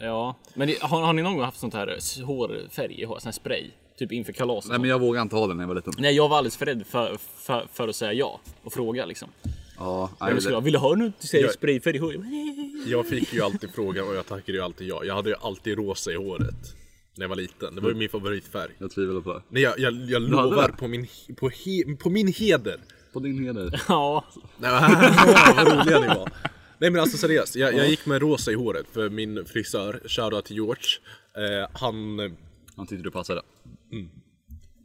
Speaker 1: Ja. Men det, har, har ni någon gång haft sånt här s- hårfärg i hår? Sån här spray? Typ inför kalas? och
Speaker 2: Nej
Speaker 1: sånt?
Speaker 2: men jag vågar inte ha den när jag var liten.
Speaker 1: Nej jag var alldeles för rädd för, för, för att säga ja och fråga liksom.
Speaker 2: Ja, nej,
Speaker 1: Jag
Speaker 2: det,
Speaker 1: skulle, vill du ha något säger
Speaker 3: Jag-
Speaker 1: sprayfärg i hår? Jag bara, "Nej."
Speaker 3: Jag fick ju alltid frågan och jag tackade ju alltid ja. Jag hade ju alltid rosa i håret. När jag var liten. Det var ju min favoritfärg.
Speaker 2: jag tvivlar på det.
Speaker 3: Nej, jag, jag, jag
Speaker 2: hade
Speaker 3: lovar
Speaker 2: det?
Speaker 3: på min, på, he, på min heder.
Speaker 2: På din heder.
Speaker 1: Ja.
Speaker 3: Nej, men- vad roliga ni var. Nej men alltså seriöst, jag, jag gick med rosa i håret för min frisör, shoutout till George. Eh, han,
Speaker 2: Han tyckte du passade.
Speaker 1: Mm.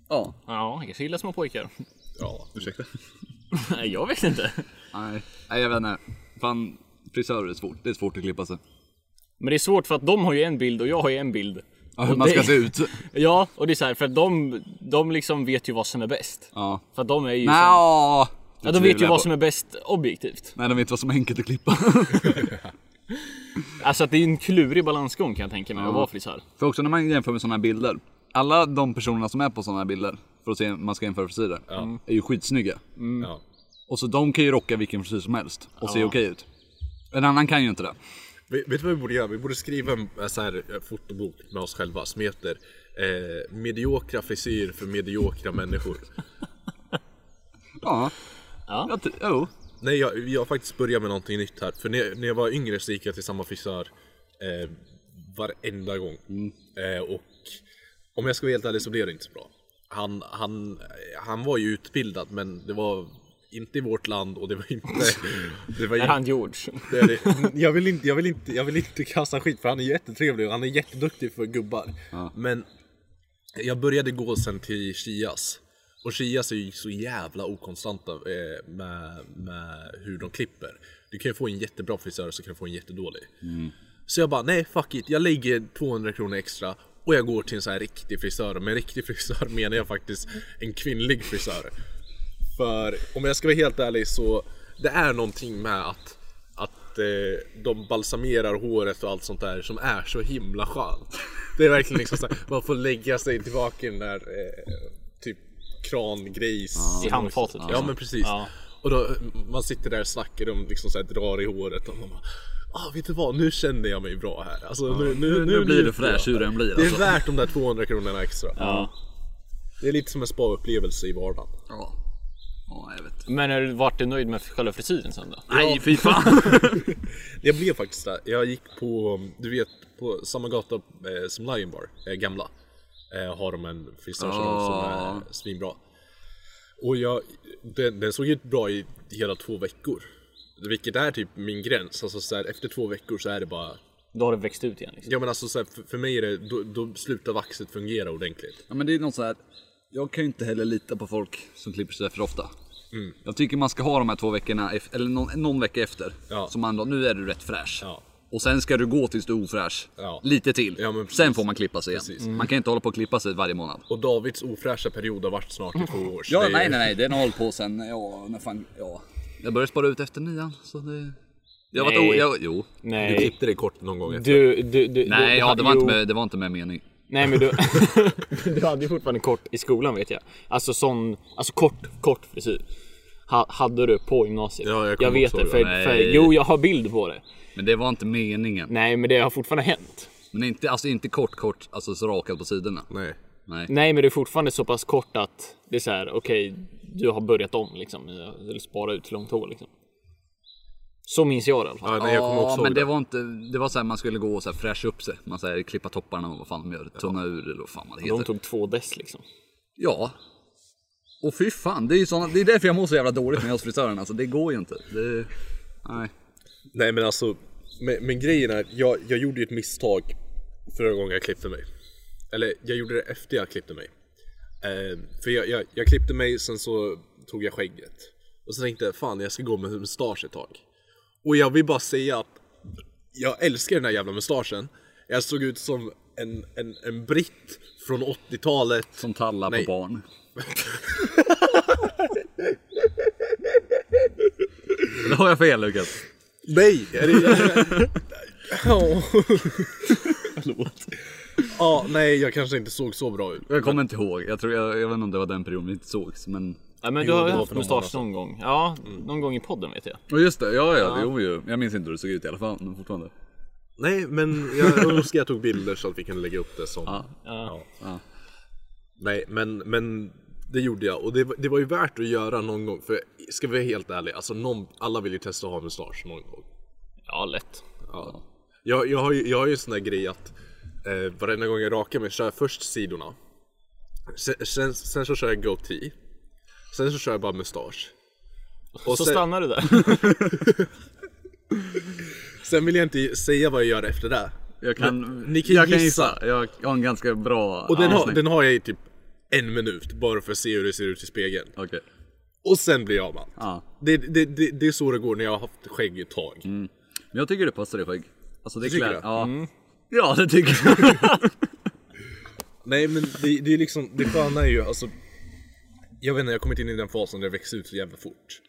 Speaker 2: Ja.
Speaker 1: Ja, han kanske gillar små pojkar.
Speaker 3: ja ursäkta.
Speaker 1: Nej, jag vet inte.
Speaker 2: Nej. nej, jag vet inte. Fan, frisörer är svårt. Det är svårt att klippa sig.
Speaker 1: Men det är svårt för att de har ju en bild och jag har ju en bild.
Speaker 2: Ja, hur
Speaker 1: Och
Speaker 2: man ska
Speaker 1: det-
Speaker 2: se ut.
Speaker 1: Ja, och det är så här, för att de, de liksom vet ju vad som är bäst.
Speaker 2: Ja.
Speaker 1: För att de är ju... som,
Speaker 2: Nja.
Speaker 1: ja, de vet ju vad som är bäst objektivt.
Speaker 2: Nej, de vet vad som är enkelt att klippa.
Speaker 1: Alltså att det är en klurig balansgång kan jag tänka mig att vara frisör.
Speaker 2: för också när man jämför med sådana här bilder. Alla de personerna som är på sådana här bilder, för att se man ska jämföra frisyrer, är ju skitsnygga.
Speaker 3: Ja.
Speaker 2: Och så de kan ju rocka vilken frisyr som helst och se okej ut. En annan kan ju inte det.
Speaker 3: Vet vet du vad vi borde göra? Vi borde skriva en eh, så här, eh, fotobok med oss själva som heter eh, Mediokra frisyr för mediokra människor.
Speaker 2: Ja.
Speaker 1: Ja.
Speaker 2: Jag tr- jo.
Speaker 3: Nej, jag, jag har faktiskt börjat med någonting nytt här. För när, när jag var yngre så gick jag till samma frisör eh, varenda gång. Eh, och om jag ska vara helt ärlig så blev det inte så bra. Han, han, han var ju utbildad men det var inte i vårt land och det var inte... Det var
Speaker 1: Är han George?
Speaker 3: Det är det. Jag vill inte, jag vill inte, jag vill inte kasta skit för han är jättetrevlig och han är jätteduktig för gubbar. Men jag började gå sen till Chias. Och Chias är ju så jävla okonstanta eh, med, med hur de klipper. Du kan ju få en jättebra frisör så kan du få en jättedålig. Så jag bara, nej fuck it, jag lägger 200 kronor extra och jag går till en sån här riktig frisör. Och med riktig frisör menar jag faktiskt en kvinnlig frisör. För om jag ska vara helt ärlig så det är någonting med att, att eh, de balsamerar håret och allt sånt där som är så himla skönt. Det är verkligen liksom så här, man får lägga sig tillbaka i den där eh, typ krangrejs...
Speaker 1: I handfatet,
Speaker 3: Ja
Speaker 1: liksom.
Speaker 3: men precis.
Speaker 1: Ja.
Speaker 3: Och då, man sitter där och snackar och liksom så här, drar i håret och man bara Ah, vet du vad? Nu känner jag mig bra här. Alltså, nu,
Speaker 2: Nu
Speaker 3: nu,
Speaker 2: blir det
Speaker 3: njuter jag.
Speaker 2: fräsch hur den blir
Speaker 3: Det
Speaker 2: alltså.
Speaker 3: är värt de där 200 kronorna extra.
Speaker 1: Ja.
Speaker 3: Det är lite som en spa-upplevelse i vardagen.
Speaker 2: Ja. Ja, jag vet.
Speaker 1: Men har du varit nöjd med själva frisyren sen då?
Speaker 2: Nej, fy fan.
Speaker 3: Jag blev faktiskt där. Jag gick på, du vet, på samma gata eh, som Lion Bar, eh, gamla. Eh, har de en fristagesalong som
Speaker 2: Ah.
Speaker 3: är svinbra. Och jag, den, den såg ju bra i hela två veckor. Vilket är typ min gräns. Alltså så här, efter två veckor så är det bara...
Speaker 1: Då har det växt ut igen liksom.
Speaker 3: Ja men alltså så här, för, för mig är det, då, då slutar vaxet fungera ordentligt.
Speaker 2: Ja, men det är något så här. Jag kan ju inte heller lita på folk som klipper sig för ofta.
Speaker 3: Mm.
Speaker 2: Jag tycker man ska ha de här två veckorna, ef- eller någon, någon vecka efter.
Speaker 3: Ja.
Speaker 2: Som man då, nu är du rätt fräsch.
Speaker 3: Ja.
Speaker 2: Och sen ska du gå tills du är ofräsch.
Speaker 3: Ja.
Speaker 2: Lite till.
Speaker 3: Ja, men precis.
Speaker 2: sen får man klippa sig igen.
Speaker 3: Precis.
Speaker 2: Man kan inte hålla på och klippa sig varje månad.
Speaker 3: Och Davids ofräscha period har varit snart i två år. så
Speaker 2: Ja,
Speaker 3: det
Speaker 2: nej,
Speaker 3: är-
Speaker 2: nej, nej. Den har hållit på sen, ja, när fan, ja. Jag började spara ut efter nian, så det... Jag var
Speaker 1: Nej.
Speaker 2: o- jag, jo.
Speaker 3: Du
Speaker 1: Nej.
Speaker 3: klippte dig kort någon gång efter.
Speaker 1: Du, du, du, du,
Speaker 2: Nej, ja, det var,
Speaker 1: jo.
Speaker 2: inte med, det var inte med mening.
Speaker 1: Nej men du, du hade ju fortfarande kort i skolan vet jag. Alltså sån, alltså kort, kort frisyr. Ha, hade du på gymnasiet.
Speaker 3: Ja, jag kommer
Speaker 1: jag vet
Speaker 3: ihåg
Speaker 1: det,
Speaker 3: så,
Speaker 1: för,
Speaker 2: nej.
Speaker 1: för jo jag har bild på det.
Speaker 2: Men det var inte meningen.
Speaker 1: Nej men det har fortfarande hänt.
Speaker 2: Men inte, alltså inte kort, kort, alltså så rakat på sidorna.
Speaker 3: Nej.
Speaker 2: Nej.
Speaker 3: Mm.
Speaker 1: Nej men det är fortfarande så pass kort att det är så här, okej du har börjat om liksom. Eller spara ut till långt hår liksom. Så minns jag det i alla fall.
Speaker 3: Ja, nej, jag kommer
Speaker 2: Ja,
Speaker 3: också ihåg
Speaker 2: men det var inte, det var så här, man skulle gå och så här fräscha upp sig. Man så här, klippa topparna och vad fan de gör, tunna ur eller vad fan vad det heter.
Speaker 1: De tog två dess liksom.
Speaker 2: Ja. Och fy fan, det är ju såna, det är därför jag mår så jävla dåligt med oss frisören alltså. Det går ju inte. Det, nej.
Speaker 3: Nej men alltså, men, men grejen är, jag, jag gjorde ju ett misstag förra gången jag klippte mig. Eller jag gjorde det efter jag klippte mig. Eh, för jag, jag, jag klippte mig, sen så tog jag skägget. Och så tänkte jag, fan jag ska gå med mustasch ett tag. Och jag vill bara säga att jag älskar den här jävla mustaschen. Jag såg ut som en, en, en britt från 80-talet.
Speaker 2: Som tallar
Speaker 3: Nej.
Speaker 2: på barn. Eller har jag fel Lukas?
Speaker 3: Nej! Är det... Ja. Ja, nej jag kanske inte såg så bra ut.
Speaker 2: Jag kommer inte ihåg. Jag, tror, jag, jag vet inte om det var den perioden vi inte sågs. Men...
Speaker 1: Ja, men
Speaker 3: Jo,
Speaker 1: du har
Speaker 3: det
Speaker 1: ju
Speaker 3: var
Speaker 1: haft
Speaker 3: för någon
Speaker 1: mustasch någon gång. Ja, någon gång i podden vet jag.
Speaker 2: Ja just det, ja, ja, ja. Jo, jo. Jag minns inte hur det såg ut i alla fall. Men fortfarande.
Speaker 3: Nej, men jag önskar jag tog bilder så att vi kan lägga upp det som...
Speaker 1: Ja.
Speaker 2: Ja.
Speaker 3: Nej, men, men det gjorde jag och det, var- det var ju värt att göra någon gång. För ska vi vara helt ärliga, alltså någon, alla vill ju testa att ha mustasch någon gång.
Speaker 1: Ja, lätt.
Speaker 3: Ja. Jag, jag, har ju, jag har ju en sån där grej att eh, varenda gång jag rakar mig kör jag först sidorna. Sen, sen, sen så kör jag goatee. Sen så kör jag bara mustasch. Och
Speaker 1: så
Speaker 3: sen,
Speaker 1: stannar du där.
Speaker 3: sen vill jag inte säga vad jag gör efter det.
Speaker 2: Jag kan,
Speaker 3: Ni kan
Speaker 2: jag kan
Speaker 3: gissa.
Speaker 2: gissa. Jag har en ganska bra
Speaker 3: Och den, har,
Speaker 2: gissning.
Speaker 3: den har jag i typ en minut bara för att se hur det ser ut i spegeln.
Speaker 2: Okej.
Speaker 3: Och sen blir jag av med allt.
Speaker 2: Ja. Mm.
Speaker 3: Det, det, det, det är så det går när jag har haft skägg ett tag.
Speaker 2: Men jag tycker det passar dig skägg. Alltså det är
Speaker 4: Tycker
Speaker 2: klä...
Speaker 4: du?
Speaker 2: Ja.
Speaker 3: Mm.
Speaker 2: ja, det tycker jag.
Speaker 3: Nej men det, det är liksom, det sköna är ju alltså Jag vet inte, jag har kommit in i den fasen där det växer ut så jävla fort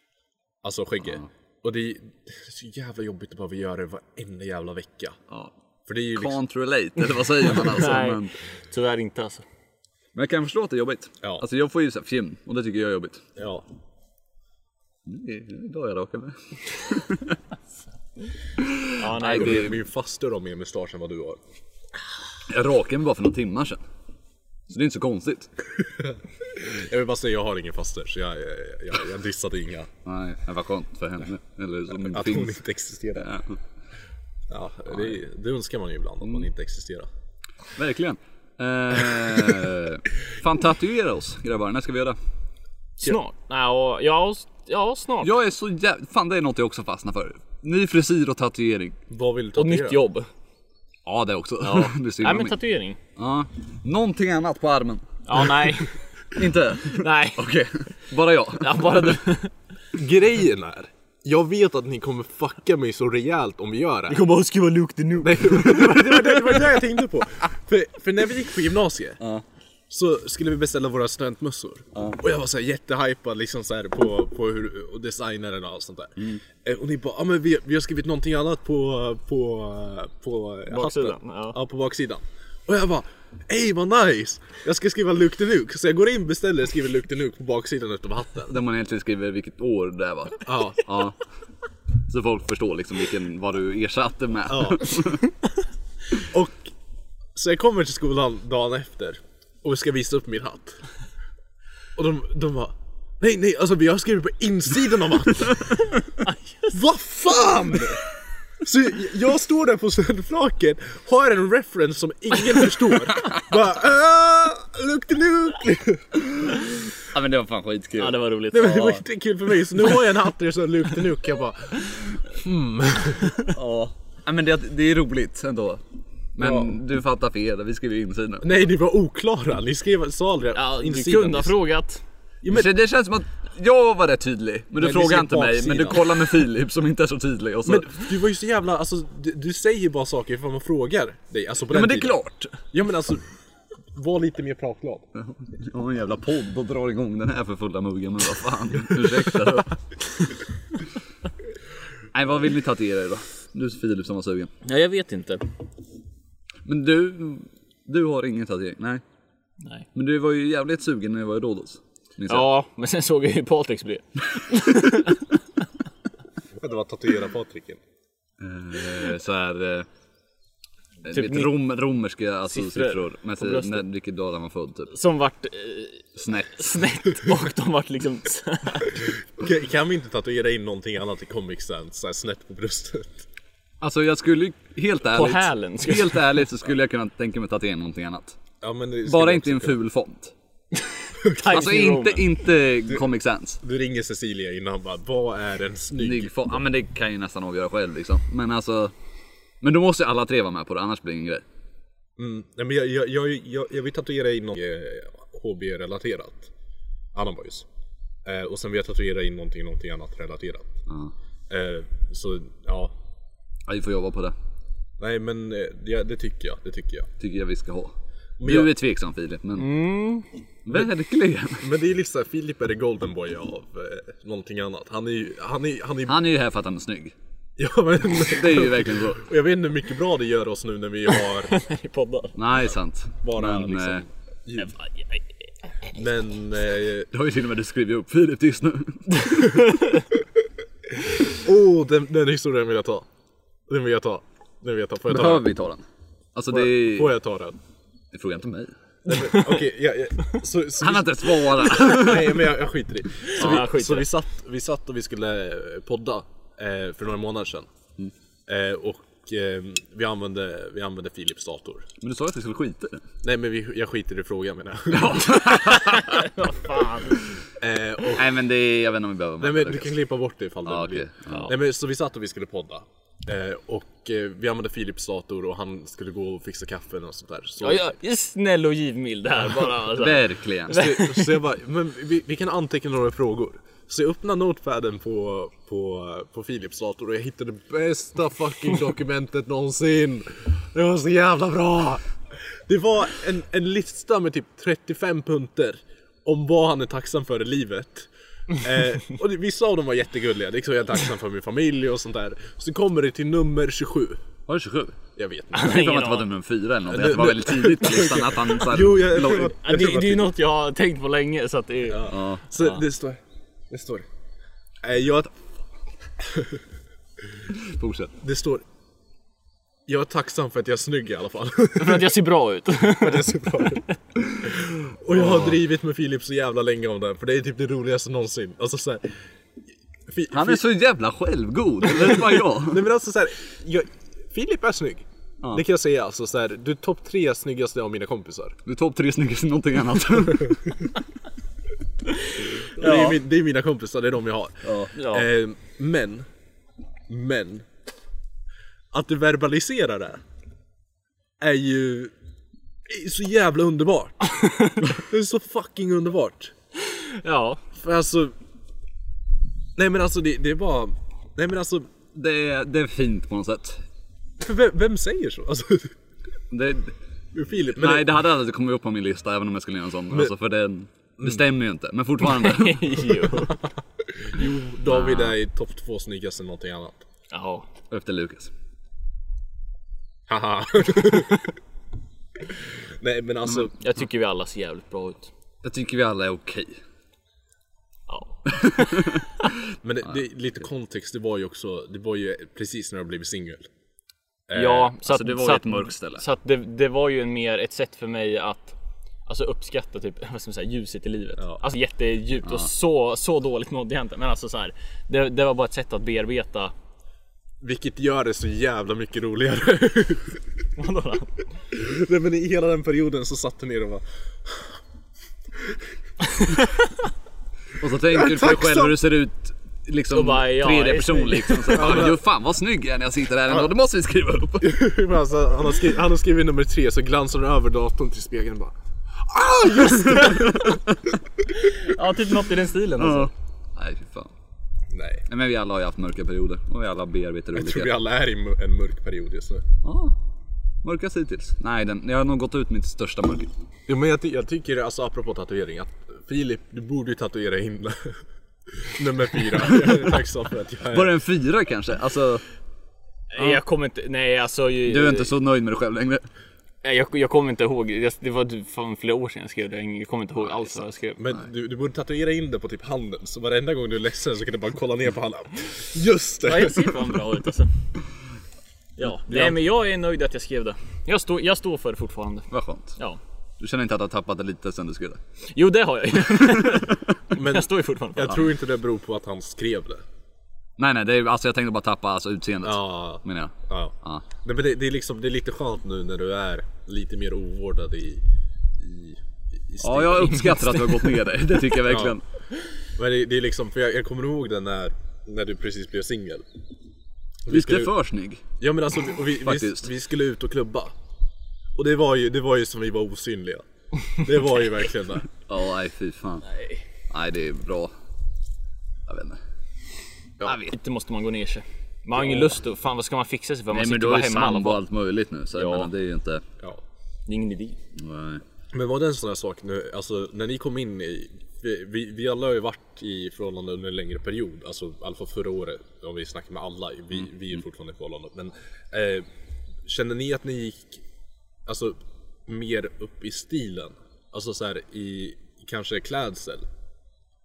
Speaker 3: Alltså skägget Och det är, det är så jävla jobbigt att behöva göra det varenda jävla vecka
Speaker 2: Ja.
Speaker 3: För det är ju liksom,
Speaker 2: Can't relate, eller vad säger man alltså?
Speaker 1: Nej,
Speaker 2: men, men
Speaker 1: tyvärr inte alltså.
Speaker 2: jag kan förstå att det är jobbigt.
Speaker 3: Ja.
Speaker 2: Alltså jag får ju så här fjim och det tycker jag är jobbigt.
Speaker 3: ja
Speaker 2: Det är idag jag rakar mig.
Speaker 1: Ja, nej,
Speaker 2: Nej,
Speaker 1: det...
Speaker 2: det,
Speaker 3: Min faster har mer mustasch än vad du har
Speaker 2: jag rakade mig bara för några timmar sedan. Så det är inte så konstigt.
Speaker 3: Jag vill bara säga, jag har ingen faster så jag, jag, jag, jag dissade inga
Speaker 2: Nej, men vad skönt för henne. Eller som
Speaker 3: Att hon
Speaker 2: finns.
Speaker 3: inte existerar
Speaker 2: Ja, Mm.
Speaker 3: Ja, det, det önskar man ju ibland, att man inte existerar
Speaker 2: verkligen. Eh, fan tatuera oss grabbar, när ska vi göra det?
Speaker 1: Snart? Nej, och, ja, s- ja, snart.
Speaker 2: Jag är så jävla... Fan det är något jag också fastnar för. Ny frisyr och tatuering.
Speaker 3: Vad vill du
Speaker 1: och
Speaker 3: tatuera?
Speaker 1: nytt jobb.
Speaker 2: Ja det också. Ja. det ser
Speaker 1: Nej
Speaker 2: man
Speaker 1: men
Speaker 2: inte.
Speaker 1: tatuering.
Speaker 2: ja. Någonting annat på armen.
Speaker 1: Ja, nej.
Speaker 2: Inte?
Speaker 1: nej.
Speaker 2: Okej, bara jag.
Speaker 1: Ja, bara du.
Speaker 4: Grejen är, jag vet att ni kommer fucka mig så rejält om vi gör det.
Speaker 1: kommer bara skriva Luke the Noob.
Speaker 3: Det var det jag tänkte på! För, för när vi gick på gymnasiet Så skulle vi beställa våra studentmössor Och jag var såhär jättehypad liksom så här på, på hur, och designaren och allt sånt där Eh, Och ni bara, ah, men vi, vi har skrivit någonting annat på, på, på eh,
Speaker 1: Baksidan,
Speaker 3: hatten."
Speaker 1: ja.
Speaker 3: ja, på baksidan Och jag bara, ey vad nice! Jag ska skriva Luke the Luke Så jag går in, beställer och skriver Luke the Luke på baksidan utav hatten
Speaker 2: Där man egentligen skriver vilket år det här var.
Speaker 3: Ja,
Speaker 2: Ja. Så folk förstår liksom vilken, vad du ersatte med.
Speaker 3: Ja. Och så jag kommer till skolan dagen efter och ska visa upp min hatt. Och de, de bara Nej nej, alltså vi har skrivit på insidan av hatten.
Speaker 1: Ah,
Speaker 3: Vad fan! Så jag, jag står där på studentflaket, har en reference som ingen förstår. Bara äh, look the nuke!
Speaker 2: Ja, men det var fan skitkul.
Speaker 1: Ja, det var roligt.
Speaker 3: Det var riktigt kul för mig, så nu har jag en hatt där det står look the nuke. Jag bara
Speaker 2: ja. Ja, men det, det är roligt ändå. Men du fattar fel, vi skrev ju insidan.
Speaker 3: Nej ni var oklara, ni skrev, sa aldrig
Speaker 1: Ja, du
Speaker 3: insidan.
Speaker 1: kunde ha frågat.
Speaker 2: Så Det känns som att jag var rätt tydlig, men du
Speaker 3: Men det
Speaker 2: frågade
Speaker 3: är
Speaker 2: inte mig. Men du
Speaker 3: baksidan.
Speaker 2: kollade med Filip som inte är så tydlig. Och så.
Speaker 3: Men
Speaker 2: Men,
Speaker 3: du var ju så jävla, alltså du, du säger ju bara saker ifall man frågar dig. Alltså på
Speaker 2: ja,
Speaker 3: den
Speaker 2: men det är
Speaker 3: tiden.
Speaker 2: klart.
Speaker 3: Ja men alltså, var lite mer pratglad.
Speaker 2: Jag har en jävla podd och drar igång den här för fulla muggen. Men vad fan, ursäkta. Nej, vad vill ni tatuera idag? Du Filip som var sugen.
Speaker 1: Ja, jag vet inte.
Speaker 2: Men du, du har ingen tatuering? Nej.
Speaker 1: Nej.
Speaker 2: Men du var ju jävligt sugen när vi var i Rhodos. minns jag.
Speaker 1: Ja, men sen såg jag ju Patriks bli.
Speaker 3: Det var tatuera Patriken.
Speaker 2: Eh, Så här, eh, typ
Speaker 1: ni-
Speaker 2: rom, romerska alltså,
Speaker 1: Siffror
Speaker 2: siffror. med
Speaker 1: på
Speaker 2: sig-
Speaker 1: bröstet.
Speaker 2: när, vilket dag han var född typ.
Speaker 1: Som vart eh,
Speaker 2: Snett.
Speaker 1: snett och de vart liksom så här.
Speaker 3: Kan, kan vi inte tatuera in någonting annat i Comic Sans, såhär snett på bröstet?
Speaker 2: Alltså jag skulle ju- helt ärligt.
Speaker 1: hälen, ska jag
Speaker 2: Helt ärligt så skulle jag kunna tänka mig att tatuera någonting annat.
Speaker 3: Ja, men det ska
Speaker 2: Bara
Speaker 3: vi
Speaker 2: inte i en
Speaker 3: också kunna.
Speaker 2: ful font.
Speaker 1: Times
Speaker 2: Alltså
Speaker 1: New
Speaker 2: inte,
Speaker 1: Roman.
Speaker 2: inte Comic Sans.
Speaker 3: Du ringer Cecilia innan och bara, vad är en snygg?
Speaker 2: Snygg font. Ja men det kan jag ju nästan avgöra själv liksom. Men alltså. Men då måste ju alla tre vara med på det annars blir det ingen grej.
Speaker 3: Nej men jag, jag, jag, jag, jag vill tatuera in något eh, HB-relaterat. Anaboys. Eh, och sen vill jag tatuera in någonting, någonting annat relaterat.
Speaker 2: Ja.
Speaker 3: Eh, så ja,
Speaker 2: Ja, vi får jobba på det.
Speaker 3: nej men eh, det, det tycker jag, det tycker jag.
Speaker 2: Tycker jag vi ska ha.
Speaker 3: Men jag-
Speaker 2: Du är tveksam Filip men. Verkligen.
Speaker 3: Men det är liksom, Filip är the golden boy av eh, någonting annat. Han är ju, han är, han är,
Speaker 2: Han är ju här för att han är snygg.
Speaker 3: ja men.
Speaker 2: Det är ju verkligen så.
Speaker 3: Och jag vet inte hur mycket bra det gör oss nu när vi har
Speaker 1: I poddar.
Speaker 2: Nej sant.
Speaker 3: bara
Speaker 2: Men, eh,
Speaker 3: liksom. Men, eh,
Speaker 2: Det har ju till och med du skrivit upp Filip tills nu.
Speaker 3: oh den, den historien vill jag ta. Den vill jag ta. Den vill jag ta. Får jag ta
Speaker 2: Behöver
Speaker 3: den?
Speaker 2: vi ta den? Alltså det är...
Speaker 3: Får jag ta den?
Speaker 2: Det frågar inte mig.
Speaker 3: Okej, ja, ja. Så, så
Speaker 2: Han
Speaker 3: vi,
Speaker 2: har inte svarat.
Speaker 3: nej men jag, jag skiter i. Så,
Speaker 1: Ja, jag
Speaker 3: vi,
Speaker 1: skiter
Speaker 3: så
Speaker 1: i.
Speaker 3: vi, satt, vi satt och vi skulle eh, podda eh, för några månader sedan.
Speaker 1: Mm.
Speaker 3: Eh, och eh, vi, använde, vi använde Philips dator.
Speaker 2: Men du sa ju att vi skulle skita i det.
Speaker 3: Nej men vi, jag skiter i frågan menar jag. Eh, och,
Speaker 2: Nej men det är... Jag vet inte om vi behöver
Speaker 3: nej
Speaker 2: med
Speaker 3: men
Speaker 2: det.
Speaker 3: du kan klippa bort det ifall det
Speaker 2: Ja,
Speaker 3: blir.
Speaker 2: okej. Ja.
Speaker 3: Nej men så vi satt och vi skulle podda. Eh, och eh, vi använde Philips dator och han skulle gå och fixa kaffen och sånt där. Så,
Speaker 1: Ja, jag är snäll och givmild här bara. alltså. Så här.
Speaker 2: Verkligen.
Speaker 3: så jag bara, men vi, vi kan anteckna några frågor. Så jag öppnade notepaden på, på, på Philips dator och jag hittade det bästa fucking dokumentet någonsin. Det var så jävla bra! Det var en, en lista med typ 35 punkter om vad han är tacksam för i livet. Eh, och det- vissa av dem var jättegulliga, liksom jag är tacksam för min familj och sånt där. Så kommer det till nummer 27.
Speaker 2: Var det 27?
Speaker 3: Jag vet inte.
Speaker 2: Jag tänkte att det var
Speaker 1: aning.
Speaker 2: nummer fyra eller någonting. Att det var väldigt tidigt på listan att han såhär...
Speaker 3: Jo, jag, jag, tror att-
Speaker 1: Ja,
Speaker 3: jag
Speaker 1: det,
Speaker 3: tror
Speaker 1: det
Speaker 3: att
Speaker 1: är ju något jag har tänkt på länge så att det är...
Speaker 2: Ja.
Speaker 3: Så det står... Det står... Eh, jag,
Speaker 2: Fortsätt.
Speaker 3: det står... Jag är tacksam för att jag är snygg i alla fall.
Speaker 1: För att jag ser bra ut.
Speaker 3: det ser bra ut. Och jag har drivit med Filip så jävla länge om det här, för det är typ det roligaste någonsin. Alltså så här, Fi-
Speaker 2: Han
Speaker 3: Fi-
Speaker 2: är så jävla självgod. Eller är det bara jag?
Speaker 3: Nej men alltså såhär, jag... Filip är snygg. Det kan jag säga alltså så här, du är topp tre snyggaste av mina kompisar.
Speaker 2: Du är topp tre snyggaste i någonting annat.
Speaker 3: Det, är min, det är mina kompisar, det är de jag har.
Speaker 1: Ja.
Speaker 3: Eh, men, men. Att du verbaliserar det är ju är så jävla underbart. det är så fucking underbart.
Speaker 1: ja.
Speaker 3: För alltså, nej men alltså det, det är bara, nej men alltså,
Speaker 2: Det är, det är fint på något sätt.
Speaker 3: för vem, vem säger så? Alltså,
Speaker 2: Det,
Speaker 3: Filip, men
Speaker 2: nej, det hade aldrig kommit upp på min lista även om jag skulle göra en sån. alltså, för det,
Speaker 3: Mm.
Speaker 2: det stämmer ju inte. Men fortfarande.
Speaker 1: jo.
Speaker 3: David är i topp två snyggaste än någonting annat.
Speaker 1: Ja.
Speaker 2: Efter Lukas.
Speaker 3: Haha. nej men alltså,
Speaker 1: Jag tycker vi alla ser jävligt bra ut.
Speaker 2: Jag tycker vi alla är okej.
Speaker 1: Ja.
Speaker 2: Eh,
Speaker 3: men det, det, lite kontext, det var ju också, det var ju precis när jag blev singel.
Speaker 1: Ja, så
Speaker 2: alltså,
Speaker 1: att,
Speaker 2: det var
Speaker 1: så
Speaker 2: ju
Speaker 1: att,
Speaker 2: ett mörkt ställe.
Speaker 1: Så att det, det var ju en mer ett sätt för mig att alltså, uppskatta typ, vad ska man säga, ljuset i livet.
Speaker 3: Ja.
Speaker 1: Alltså jättedjupt och så, så dåligt nådde jag inte. Men alltså så här, det, det var bara ett sätt att bearbeta.
Speaker 3: Vilket gör det så jävla mycket roligare.
Speaker 1: Vadå då?
Speaker 3: Nej, men i hela den perioden så satt du ner och bara
Speaker 2: Och så tänker du på dig själv hur du ser ut. Liksom
Speaker 1: Och bara, ja, jag är
Speaker 2: 3D-person
Speaker 1: snygg.
Speaker 2: liksom. Så, ja, ju fan vad snygg jag är när jag sitter där ändå. Det måste vi skriva upp.
Speaker 3: Men alltså, han, har skrivit, han har skrivit nummer tre så glansar han över datorn till spegeln och bara Ah just det!
Speaker 1: Ja, typ något i den stilen alltså.
Speaker 2: Nej, fy fan.
Speaker 3: Nej,
Speaker 2: Nej, men vi alla har ju haft mörka perioder och vi alla bearbetar
Speaker 3: jag tror vi
Speaker 2: olika.
Speaker 3: alla är i mu- en mörk period just nu.
Speaker 2: Ja, mörkast hittills. Nej, den, jag har nog gått ut mitt största mörker.
Speaker 3: Jo men jag, ty- jag tycker alltså apropå tatuering att Filip, du borde ju tatuera in nummer fyra. Jag är tacksam för att jag är...
Speaker 2: Var det en fyra kanske? Alltså,
Speaker 1: Eh, Jag kommer inte, nej alltså. ju-
Speaker 2: du är inte så nöjd med dig själv längre.
Speaker 1: Nej, Jag, jag kommer inte ihåg, Jag- det var typ fan flera år sedan jag skrev det. Jag kommer inte ihåg alls vad jag skrev.
Speaker 3: Men du, du borde tatuera in det på typ handen så varenda gång du är ledsen så kan du bara kolla ner på handen. Just
Speaker 1: Ja,
Speaker 3: det!
Speaker 1: jag ser fan bra ut alltså. Ja, nej men jag är nöjd att jag skrev det. Jag, står- jag står för det fortfarande.
Speaker 2: Vad skönt.
Speaker 1: Ja.
Speaker 2: Du känner inte att du har tappat det lite sen du skrev det?
Speaker 1: Jo, det har jag ju.
Speaker 3: Men
Speaker 1: Jag står ju fortfarande för det.
Speaker 3: jag tror inte det beror på att han skrev det.
Speaker 2: Nej, nej, det är, alltså jag tänkte bara tappa alltså, utseendet.
Speaker 3: Ja.
Speaker 2: Menar jag.
Speaker 3: ja.
Speaker 2: Ja.
Speaker 3: Nej, men det, det, är liksom, det är lite skönt nu när du är lite mer ovårdad i, i, i stil.
Speaker 2: ja, jag uppskattar att du har gått ner dig. Det tycker jag verkligen.
Speaker 3: Men det, det är liksom, för jag, jag kommer ihåg den när, när du precis blev singel.
Speaker 2: Visst är
Speaker 3: skulle-
Speaker 2: du för snygg?
Speaker 3: Ja men alltså, vi- och vi, vi,
Speaker 2: Faktiskt.
Speaker 3: vi skulle ut och klubba. Och det var ju, det var ju som vi var osynliga. Det var ju verkligen det.
Speaker 2: Ja, nej fy fan.
Speaker 1: Nej.
Speaker 2: Nej, det är bra. Jag vet inte. Jag vet.
Speaker 1: Inte måste man gå ner sig. Man har ingen lust att, fan vad ska man fixa sig för? Man
Speaker 2: Nej, men
Speaker 1: sitter
Speaker 2: du
Speaker 1: bara
Speaker 2: har ju
Speaker 1: hemma alla
Speaker 2: sambo och
Speaker 1: dagar.
Speaker 2: allt möjligt nu. Så jag
Speaker 1: Ja.
Speaker 2: menar, det är ju inte...
Speaker 3: Ja.
Speaker 1: Det är ingen idé.
Speaker 2: Nej.
Speaker 3: Men var det en sån här sak nu, alltså när ni kom in i, vi, vi, vi alla har ju varit i förhållanden under en längre period, alltså i alla fall förra året, om vi snackar med alla, vi, vi är fortfarande i förhållandet. Men eh, kände ni att ni gick, alltså mer upp i stilen? Alltså så här i kanske klädsel?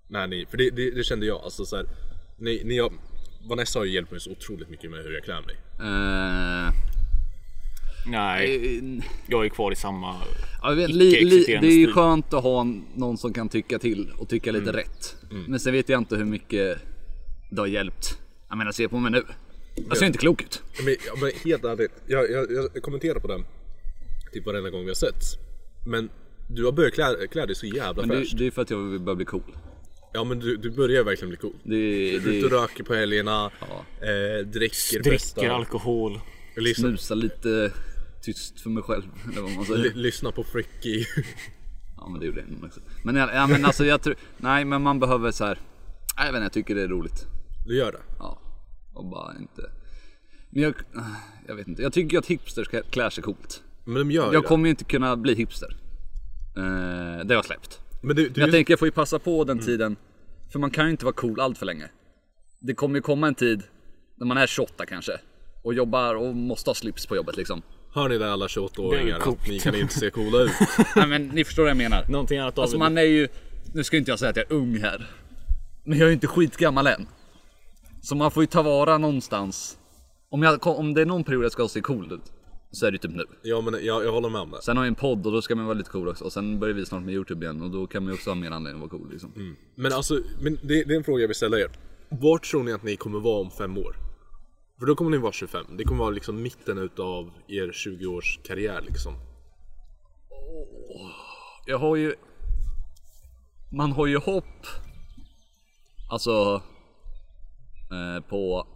Speaker 3: När ni, för det, det, det kände jag, alltså så här, ni, ni har, Vanessa har ju hjälpt mig så otroligt mycket med hur jag klär mig.
Speaker 2: Eh,
Speaker 1: Nej,
Speaker 2: eh,
Speaker 1: jag är kvar i samma...
Speaker 2: Ja, jag vet, li, li,
Speaker 1: Icke-existerande
Speaker 2: det är ju
Speaker 1: stil. Mm.
Speaker 2: skönt att ha en- någon som kan tycka till och tycka lite rätt. Men sen vet jag inte hur mycket det har hjälpt. Jag menar, se på mig nu. Jag ser inte klok ut.
Speaker 3: Men, ja, men helt ärligt, jag, jag, jag kommenterar på den typ varenda gång vi har setts. Men du har börjat klä, klä dig så jävla
Speaker 2: Men
Speaker 3: fräscht.
Speaker 2: det, det är för att jag börjar bli cool.
Speaker 3: Ja men du, du börjar verkligen bli cool.
Speaker 2: Det,
Speaker 3: Du är ute och
Speaker 2: det
Speaker 3: röker på helgerna, eh, dricker,
Speaker 1: Dricker
Speaker 3: festar,
Speaker 1: alkohol.
Speaker 3: lyssnar,
Speaker 2: snusar lite tyst för mig själv. Eller vad man
Speaker 3: li,
Speaker 2: säger.
Speaker 3: lyssnar på Fricky.
Speaker 2: Ja, men det gjorde jag nog också. Men, jag- ja, men alltså, jag tror... Nej, men man behöver så här... Nej, Jag vet inte, jag tycker det är roligt.
Speaker 3: Du gör det?
Speaker 2: Ja, och bara inte... Men jag, jag vet inte, jag tycker att hipsters klär sig coolt.
Speaker 3: Men de gör ju
Speaker 2: Jag
Speaker 3: det.
Speaker 2: kommer ju inte kunna bli hipster. Eh, det har jag släppt.
Speaker 3: Men du, du,
Speaker 2: Men Mm. jag tänker jag får ju passa på den tiden. För man kan ju inte vara cool allt för länge. Det kommer ju komma en tid när man är 28 kanske. Och jobbar och måste ha slips på jobbet liksom.
Speaker 3: hör ni det alla 28-åringar?
Speaker 1: Det är
Speaker 3: att Ni kan inte se coola ut.
Speaker 2: Nej men ni förstår vad jag menar.
Speaker 1: Någonting annat
Speaker 2: Alltså
Speaker 1: David?
Speaker 2: man är ju, nu ska inte jag säga att jag är ung här. Men jag är ju inte skitgammal än. Så man får ju ta vara någonstans. Om, jag, om det är någon period jag ska se cool ut. Så är det ju typ nu.
Speaker 3: Ja men jag, jag håller med om det.
Speaker 2: Sen har jag en podd och då ska man vara lite cool också. Och sen börjar vi snart med Youtube igen. Och då kan man ju också ha mer anledning att vara cool liksom.
Speaker 3: Men alltså, men det, det är en fråga jag vill ställa er. Vart tror ni att ni kommer vara om fem år? För då kommer ni vara 25. Det kommer vara liksom mitten utav er 20-års karriär liksom.
Speaker 2: jag har ju... Man har ju hopp. Alltså... Eh, på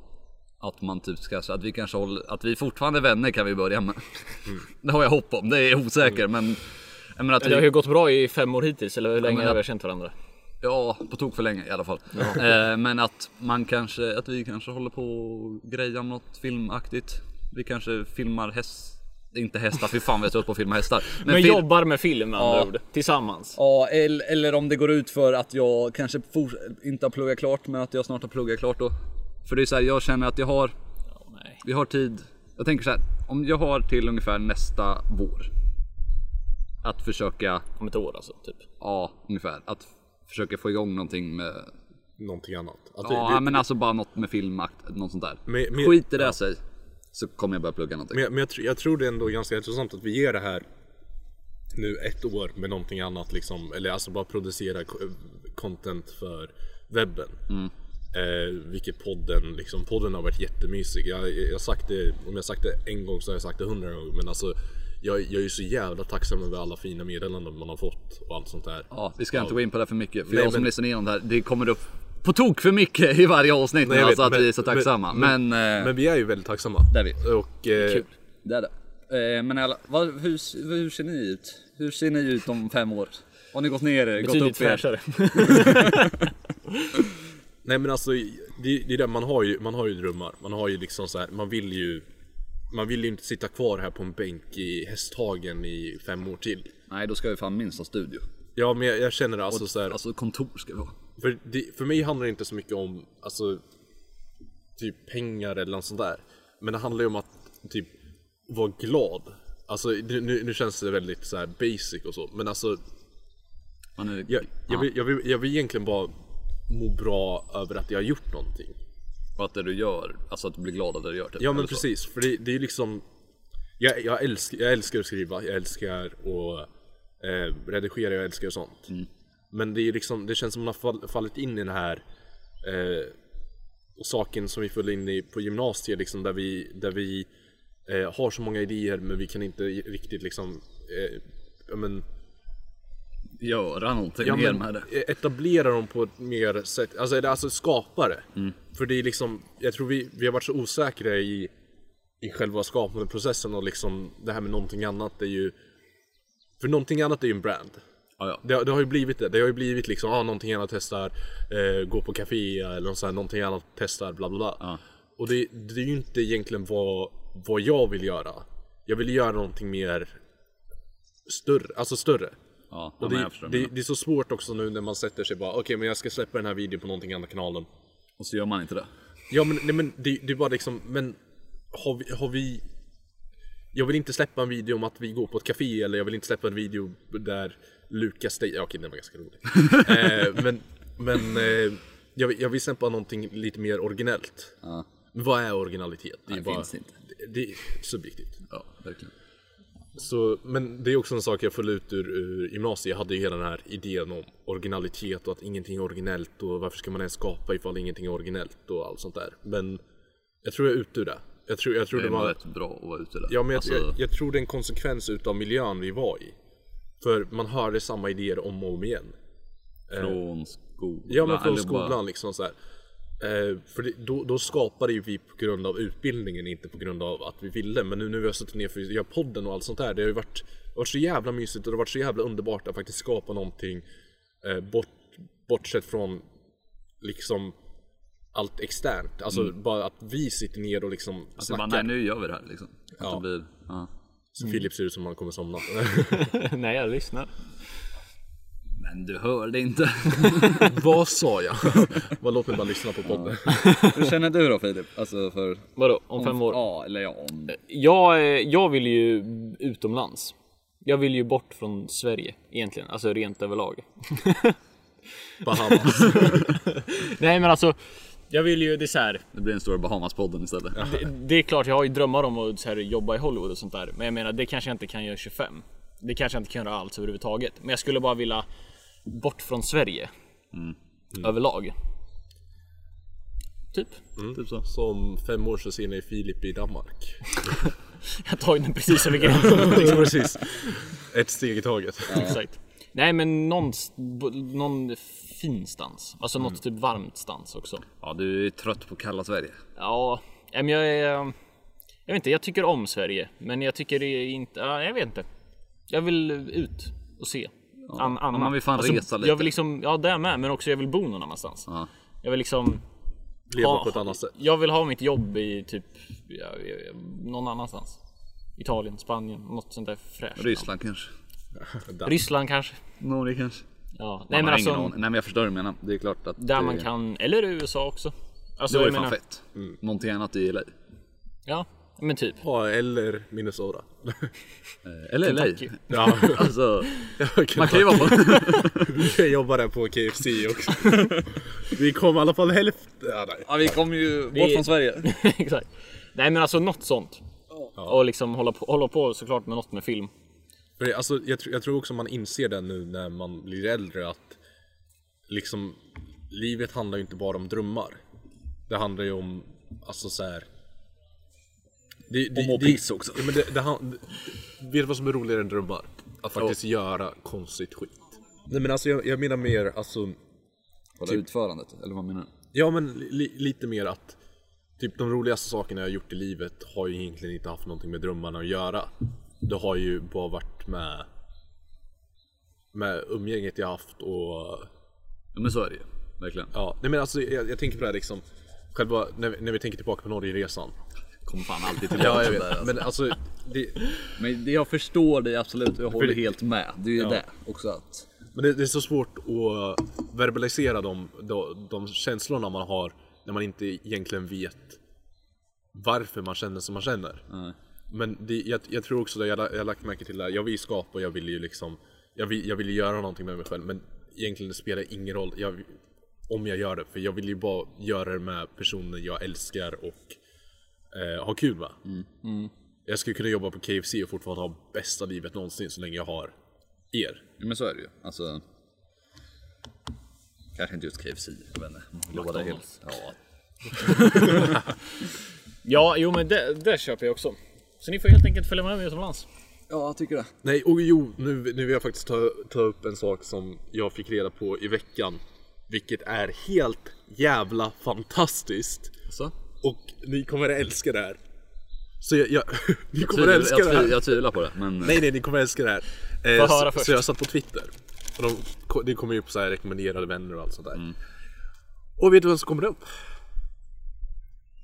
Speaker 2: att man typ ska, att vi kanske håller, att vi fortfarande är vänner kan vi börja med. Det har jag hopp om, det är jag osäker men... Jag menar att
Speaker 1: Det har ju
Speaker 2: vi,
Speaker 1: gått bra i fem år hittills, eller hur länge
Speaker 2: men
Speaker 1: har
Speaker 2: jag-
Speaker 1: vi känt varandra?
Speaker 2: ja, på tok för länge i alla fall. Eh, men att man kanske, att vi kanske håller på och grejar med något filmaktigt. Vi kanske filmar häst, inte hästar, fy fan vi är trött på att filma hästar.
Speaker 1: Men,
Speaker 2: fil-
Speaker 1: jobbar med film med andra
Speaker 2: Ja.
Speaker 1: ord, tillsammans.
Speaker 2: Ja, eller, eller om det går ut för att jag kanske for, inte har pluggat klart, men att jag snart har pluggat klart då. För det är så här, jag känner att jag har,
Speaker 1: nej.
Speaker 2: vi har tid. Jag tänker så här, om jag har till ungefär nästa vår. Att försöka,
Speaker 1: Om ett år alltså, typ.
Speaker 2: ja ungefär, att försöka få igång någonting med,
Speaker 3: Någonting annat. Att
Speaker 2: ja
Speaker 3: vi, vi,
Speaker 2: men alltså bara något med filmakt, något sånt där.
Speaker 3: Men- men-
Speaker 2: Skiter det sig så kommer jag börja plugga någonting.
Speaker 3: men jag, men jag, tr- jag tror det är ändå ganska intressant att vi ger det här nu ett år med någonting annat liksom. Eller alltså bara producera co- content för webben.
Speaker 2: Mm.
Speaker 3: Eh, vilket podden, liksom, podden har varit jättemysig. Jag, jag har sagt det, om jag sagt det en gång så har jag sagt det hundra gånger. Men alltså jag, jag är ju så jävla tacksam över alla fina meddelanden man har fått och allt sånt där.
Speaker 2: Ja, vi ska inte gå in på det för mycket. För
Speaker 3: Nej,
Speaker 2: jag som
Speaker 3: men-
Speaker 2: lyssnar igenom det här, det kommer upp på tok för mycket i varje avsnitt.
Speaker 3: Nej, jag
Speaker 2: alltså
Speaker 3: vet,
Speaker 2: att
Speaker 3: men-
Speaker 2: vi är så
Speaker 3: men-
Speaker 2: tacksamma. Men, eh,
Speaker 3: Men vi är ju väldigt tacksamma.
Speaker 2: Där är vi.
Speaker 3: Och, eh,
Speaker 2: Kul. Det är det. Eh, men alla, vad, hur, hur ser ni ut? Hur ser ni ut om fem år? Har ni gått ner er? Gått
Speaker 1: Betydligt
Speaker 2: upp er?
Speaker 1: fräschare.
Speaker 3: Nej men alltså, det, det är det, man har ju, man har ju drömmar. Man har ju liksom så här, man vill ju man vill ju inte sitta kvar här på en bänk i Hästhagen i fem år till.
Speaker 2: Nej, då ska vi fan minst ha studio.
Speaker 3: Ja men jag, jag känner det alltså så här,
Speaker 2: Alltså kontor ska vi ha.
Speaker 3: för, det, för mig handlar det inte så mycket om alltså, typ pengar eller något sånt där. Men det handlar ju om att typ vara glad. Alltså nu, nu nu känns det väldigt så här basic och så, men alltså
Speaker 2: Man är,
Speaker 3: jag, jag,
Speaker 2: Ja.
Speaker 3: vill, jag, vill, jag vill egentligen bara må bra över att jag har gjort någonting.
Speaker 2: Och att det du gör, alltså att du blir glad av det du gör. Typ,
Speaker 3: Ja men
Speaker 2: eller så.
Speaker 3: precis, för det, det är ju liksom jag, jag, älskar, jag älskar att skriva, jag älskar att eh, redigera, jag älskar sånt. Men det är ju liksom, det känns som man har fall, fallit in i den här eh, saken som vi föll in i på gymnasiet liksom där vi, där vi eh, har så många idéer men vi kan inte riktigt liksom eh, ja, men,
Speaker 2: Göra någonting
Speaker 3: ja,
Speaker 2: mer
Speaker 3: men,
Speaker 2: med det.
Speaker 3: etablera dem på ett mer sätt, alltså, eller, alltså skapa det. För det är liksom, jag tror vi, vi har varit så osäkra i, i själva skapandeprocessen och liksom det här med någonting annat är ju, för någonting annat är ju en brand.
Speaker 2: Ja, ja.
Speaker 3: Det, har- det har ju blivit det, det har ju blivit liksom, ah, någonting annat testar, eh, gå på café eller något så här, någonting annat testar, bla bla bla. Och det, det är ju inte egentligen vad, vad jag vill göra. Jag vill göra någonting mer större, alltså större.
Speaker 2: Ja, ja,
Speaker 3: Och
Speaker 2: men
Speaker 3: det,
Speaker 2: jag förstår.
Speaker 3: det,
Speaker 2: men-
Speaker 3: det är så svårt också nu när man sätter sig bara okej men jag ska släppa den här videon på någonting annat kanalen.
Speaker 2: Och så gör man inte det.
Speaker 3: Ja men, nej, men det, det är bara liksom, men har vi, har vi... Jag vill inte släppa en video om att vi går på ett café eller jag vill inte släppa en video där Lukas Stej... ja, Okej den var ganska rolig. eh, men men eh, jag, vill, jag vill släppa någonting lite mer originellt. Men vad är originalitet? Det, är
Speaker 2: Nej,
Speaker 3: bara,
Speaker 2: finns inte.
Speaker 3: Det, det är subjektivt.
Speaker 2: Ja, verkligen.
Speaker 3: Så, men det är också en sak jag föll ut ur, ur gymnasiet. Jag hade ju hela den här idén om originalitet och att ingenting är originellt och varför ska man ens skapa ifall ingenting är originellt och allt sånt där. Men jag tror jag är ute ur det. Jag tror, jag tror
Speaker 2: Det
Speaker 3: det,
Speaker 2: är nog
Speaker 3: var...
Speaker 2: rätt bra att vara ute där.
Speaker 3: Ja, men jag,
Speaker 2: alltså,
Speaker 3: jag, jag tror det är en konsekvens utav miljön vi var i. För man hörde samma idéer om och om igen.
Speaker 2: Från skolan.
Speaker 3: eh, Ja men från
Speaker 2: eller bara-
Speaker 3: skolan liksom så här. Eh, för det, då, då skapade ju vi på grund av utbildningen, inte på grund av att vi ville. Men nu när vi har suttit ner för att göra podden och allt sånt där. Det har ju varit, varit så jävla mysigt och det har varit så jävla underbart att faktiskt skapa någonting eh, bort, bortsett från liksom allt externt. Alltså bara att vi sitter ner och liksom
Speaker 2: Så Mm. bara,
Speaker 3: snackar.
Speaker 2: nej, mm. nu gör vi det här liksom. Att
Speaker 3: Ja.
Speaker 2: det blir, ja.
Speaker 3: Så Filip ser ut som om han kommer somna.
Speaker 1: Nej, jag lyssnar.
Speaker 2: Men du hörde inte.
Speaker 3: Vad sa jag? Vad låt mig bara lyssna på podden.
Speaker 2: Hur känner du då Filip? Alltså för...
Speaker 1: Vadå, om fem år?
Speaker 2: Ja, eller ja, om...
Speaker 1: Jag, eh, jag vill ju utomlands. Jag vill ju bort från Sverige egentligen, alltså rent överlag.
Speaker 3: Bahamas.
Speaker 1: Nej, men alltså. Jag vill ju, det är så här.
Speaker 2: Det blir en stor Bahamas-podden istället.
Speaker 1: Det, det är klart, jag har ju drömmar om att så här, jobba i Hollywood och sånt där. Men jag menar, det kanske jag inte kan göra 25. Det kanske jag inte kan göra alls överhuvudtaget. Men jag skulle bara vilja bort från Sverige. Mm. Överlag. Typ.
Speaker 2: Typ så.
Speaker 3: Som fem år så ser ni Filip i Danmark.
Speaker 1: Jag tar ju den precis över gränsen.
Speaker 3: Precis. Ett steg i taget.
Speaker 1: Exakt. Nej, men någon, någon finstans. Alltså något typ varmt stans också.
Speaker 2: Ja, du är trött på kalla Sverige.
Speaker 1: Ja, nej, men jag är... eh, Jag vet inte, jag tycker om Sverige, men jag tycker det är inte... ja, Jag vet inte. Jag vill ut och se. An, annat.
Speaker 2: man vill fan resa lite.
Speaker 1: Jag vill liksom, ja det med, men också jag vill bo någon annanstans.
Speaker 2: Ja.
Speaker 1: Jag vill liksom...
Speaker 3: Leva
Speaker 1: ha-
Speaker 3: på ett annat sätt.
Speaker 1: Jag vill ha mitt jobb i typ ja, ja, någon annanstans. Italien, Spanien, något sånt där fräscht.
Speaker 2: Ryssland kanske.
Speaker 1: Ryssland kanske.
Speaker 2: Norge kanske.
Speaker 1: Ja. Nej
Speaker 2: Nej men,
Speaker 1: men alltså,
Speaker 2: Nej men jag förstår vad du menar. Det är klart att...
Speaker 1: där
Speaker 2: det...
Speaker 1: man kan, eller USA också. Alltså,
Speaker 2: Det var ju
Speaker 1: jag
Speaker 2: fan
Speaker 1: menar- Mm.
Speaker 2: fett. Någonting annat du gillar.
Speaker 1: Ja, men typ.
Speaker 3: Ja, eller Minnesota.
Speaker 2: Eller
Speaker 1: Eh, Kentucky.
Speaker 2: LA.
Speaker 3: Ja,
Speaker 2: Alltså, man kan ju vara på...
Speaker 3: jag jobbar där på KFC också. Vi kom i alla fall hälften. Ja, nej.
Speaker 2: Ja, vi kommer ju bort
Speaker 1: från
Speaker 2: Sverige.
Speaker 1: Exakt. Nej men alltså något sånt. Och liksom hålla på, hålla på såklart med något med film.
Speaker 3: För det- alltså, jag, tr- jag tror också man inser det nu när man blir äldre att liksom livet handlar ju inte bara om drömmar. Det handlar ju om, alltså så här. Det, det,
Speaker 2: Om att
Speaker 3: det-
Speaker 2: pissa också.
Speaker 3: Ja, men det, det, han-
Speaker 5: Vet du vad som är roligare än drömmar? Att faktiskt göra konstigt skit.
Speaker 3: nej men alltså jag, jag menar mer alltså,
Speaker 2: Kolla
Speaker 1: Typ.
Speaker 2: utförandet, eller vad menar du?
Speaker 3: ja men li, lite mer att typ de roligaste sakerna jag har gjort i livet har ju egentligen inte haft någonting med drömmarna att göra. Det har ju bara varit med med umgänget jag haft och
Speaker 2: Ja, men så är det ju. Verkligen.
Speaker 3: Ja, nej men alltså jag, jag tänker på det här liksom Själva, när, vi- när vi tänker tillbaka på Norgeresan
Speaker 2: Kommer fan alltid tillbaka till det där. Alltså.
Speaker 3: Men alltså, det,
Speaker 2: Men det- jag förstår dig absolut och jag håller
Speaker 3: det-
Speaker 2: helt med. Det är ju det också att...
Speaker 3: men det, det är så svårt att verbalisera de, de, de känslorna man har När man inte egentligen vet Varför man känner som man känner Men det, jag, jag tror också det, jag, la- jag har lagt märke till det här, jag vill skapa och jag vill ju liksom jag vill, jag vill ju göra någonting med mig själv men egentligen det spelar ingen roll jag, om jag gör det för jag vill ju bara göra det med personer jag älskar och eh, ha kul med. Jag skulle kunna jobba på KFC och fortfarande ha bästa livet någonsin så länge jag har er.
Speaker 2: Ja, men så är det ju. Alltså... Kanske inte just KFC, jag vet inte. Jobbar där helt. Ja.
Speaker 1: Ja, jo men det, det köper jag också. Så ni får helt enkelt följa med mig utomlands.
Speaker 2: ja, jag tycker det.
Speaker 3: Nej, och jo, nu, nu vill jag faktiskt ta, ta upp en sak som jag fick reda på i veckan. Vilket är helt jävla fantastiskt.
Speaker 2: Så?
Speaker 3: Och ni kommer att älska det här. Så jag, jag, ni kommer
Speaker 2: Tvivl-
Speaker 3: att älska
Speaker 2: jag,
Speaker 3: det här.
Speaker 2: tvivl- jag tvivlar på det, men...
Speaker 3: Nej, nej, ni kommer älska det här. Eh,
Speaker 1: Få höra
Speaker 3: så,
Speaker 1: först.
Speaker 3: så jag satt på Twitter. Och de, ko- det kommer ju upp så här rekommenderade vänner och allt sånt där. Och vet du vem som kommer upp?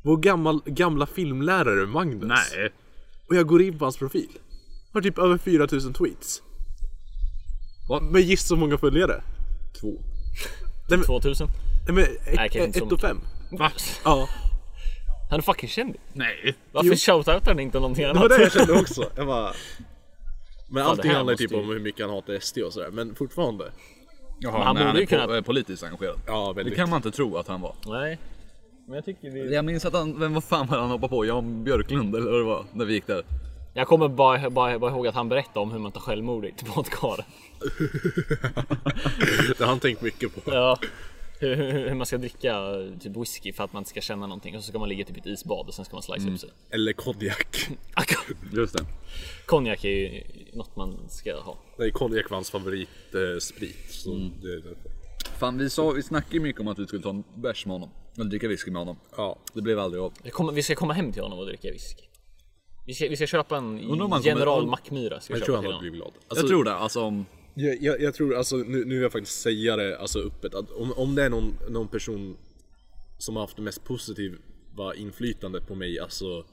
Speaker 3: Vår gammal, gamla filmlärare Magnus.
Speaker 2: Nej.
Speaker 3: Och jag går in på hans profil. Har typ över 4000 tweets. Men gissa så många följare?
Speaker 2: Två.
Speaker 1: 2000.
Speaker 3: Nej men
Speaker 1: Nej, kanske inte så
Speaker 3: 1 och 5.
Speaker 1: Va?
Speaker 3: Ja,
Speaker 1: Han är fucking kändis.
Speaker 2: Nej.
Speaker 1: Varför shoutoutar han inte någonting
Speaker 3: det var
Speaker 1: annat?
Speaker 3: det jag kände också. Jag bara... Men allting
Speaker 1: här
Speaker 3: handlar ju typ
Speaker 1: måste ju-
Speaker 3: om hur mycket han hatar SD och sådär. Men fortfarande.
Speaker 2: Jaha,
Speaker 1: han
Speaker 2: han,
Speaker 1: borde
Speaker 2: han
Speaker 1: ju
Speaker 2: är
Speaker 1: kunna-
Speaker 2: po- eh, politiskt engagerad.
Speaker 3: Ja,
Speaker 2: Det
Speaker 3: väldigt.
Speaker 2: kan man inte tro att han var.
Speaker 1: Nej. Men jag tycker vi...
Speaker 2: Jag minns att han, vem vad fan var han hoppade på? Jan Björklund eller vad det var, när vi gick där.
Speaker 1: Jag kommer bara, bara, bara ihåg att han berättade om hur man tar självmord i ett badkar.
Speaker 3: Det har han tänkt mycket på.
Speaker 1: Ja. Hur, hur, hur man ska dricka eh, typ whisky för att man inte ska känna någonting och så ska man ligga typ i ett isbad och sen ska man slice upp sig.
Speaker 3: Eller konjak.
Speaker 2: Just det.
Speaker 1: Konjak är ju något man ska ha.
Speaker 3: Nej, konjak var hans
Speaker 6: eh,
Speaker 3: favoritsprit. Så det är därför.
Speaker 2: Fan vi, sa, vi snackade ju mycket om att vi skulle ta en bärs med honom. Eller dricka whisky med honom.
Speaker 3: Ja.
Speaker 2: Det blev aldrig av.
Speaker 1: Vi, kommer, vi ska komma hem till honom och dricka whisky. Vi ska, vi ska köpa en
Speaker 2: om han kommer-
Speaker 1: General Mackmyra. Ska vi
Speaker 3: Jag
Speaker 1: köpa
Speaker 3: tror
Speaker 1: till
Speaker 3: han hade
Speaker 1: honom.
Speaker 2: Alltså-
Speaker 3: blivit glad.
Speaker 2: jag tror det, alltså om...
Speaker 6: Jag, jag, jag tror, alltså, nu, nu vill jag faktiskt säga det alltså, öppet, att om, om det är någon, någon person som har haft det mest positiva inflytandet på mig, alltså i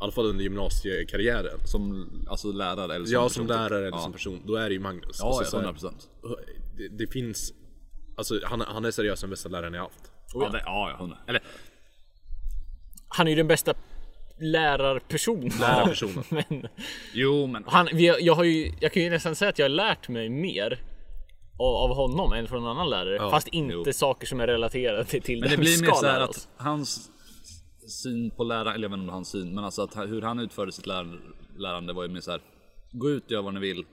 Speaker 6: alla fall under gymnasiekarriären.
Speaker 2: Som alltså, lärare eller
Speaker 6: Jag
Speaker 2: person,
Speaker 6: som
Speaker 2: typ.
Speaker 6: lärare eller
Speaker 2: ja.
Speaker 6: som person, då är det ju Magnus.
Speaker 2: Ja,
Speaker 6: Alltså,
Speaker 2: ja,
Speaker 6: så här,
Speaker 2: 100%.
Speaker 6: det, det finns, alltså, han, han är seriöst den bästa läraren jag haft.
Speaker 2: Oh, Ja, det, ja, ja, 100.
Speaker 1: Eller, han är ju den bästa lärarpersonen.
Speaker 6: Lärarpersonen.
Speaker 1: Men
Speaker 2: Jo, men
Speaker 1: han, vi har- jag, har ju, jag kan ju nästan säga att jag har lärt mig mer av, av honom än från en annan lärare. fast inte
Speaker 2: jo.
Speaker 1: saker som är relaterade till, till
Speaker 2: Men det
Speaker 1: vi
Speaker 2: blir mer
Speaker 1: ska
Speaker 2: så här
Speaker 1: lära oss.
Speaker 2: att hans syn på lärande, eller jag vet inte om det är hans syn, men alltså att han- hur han utförde sitt lär, lärande var ju mer så här. Gå ut och gör vad ni vill.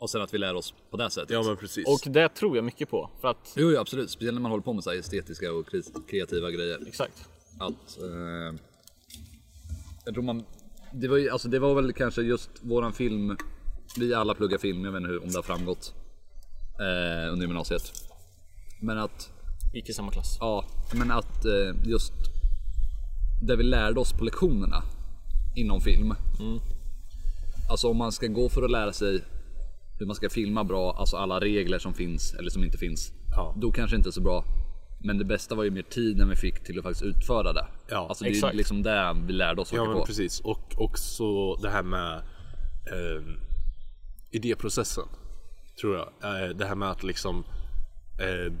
Speaker 2: Och sen att vi lär oss på det sättet.
Speaker 6: Ja men precis.
Speaker 1: Och det tror jag mycket på. För att,
Speaker 2: Jo, jo, absolut. Speciellt när man håller på med så här estetiska och kri- kreativa grejer.
Speaker 1: exakt.
Speaker 2: Att, eh, jag tror man, det, var ju, alltså det var väl kanske just våran film, vi alla pluggar film, jag vet inte hur, om det har framgått eh, under gymnasiet. Men att
Speaker 1: Vi gick i samma klass.
Speaker 2: Ja, men att eh, just det vi lärde oss på lektionerna inom film.
Speaker 3: Mm.
Speaker 2: Alltså om man ska gå för att lära sig hur man ska filma bra, alltså alla regler som finns eller som inte finns.
Speaker 6: Ja.
Speaker 2: Då kanske inte så bra. Men det bästa var ju mer tiden vi fick till att faktiskt utföra det.
Speaker 6: Ja,
Speaker 2: alltså det är ju
Speaker 1: exakt.
Speaker 2: liksom det vi lärde oss
Speaker 3: Ja
Speaker 2: åka
Speaker 3: men
Speaker 2: på.
Speaker 3: precis. Och också det här med ehm, idéprocessen. Tror jag. Eh, det här med att liksom. Eh,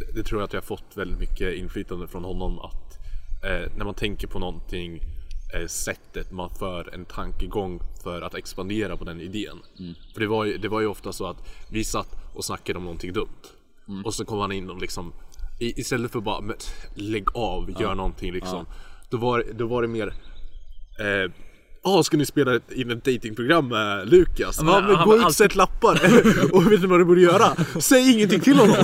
Speaker 3: det- det tror jag att jag har fått väldigt mycket inflytande från honom. Att eh, när man tänker på någonting. Eh, sättet man för en tankegång för att expandera på den idén. För det var, ju, det var ju ofta så att vi satt och snackade om någonting dumt. Och så kom han in och liksom. I, istället för bara men, lägg av, gör någonting liksom. Då, var, då var det mer Eh, ah, ska ni spela in ett datingprogram med Lukas? Ja,
Speaker 2: men
Speaker 3: men,
Speaker 2: han
Speaker 3: gå
Speaker 2: var
Speaker 3: ut,
Speaker 2: alltid-
Speaker 3: sätt lappar! och vet ni vad du borde göra? Säg ingenting till honom!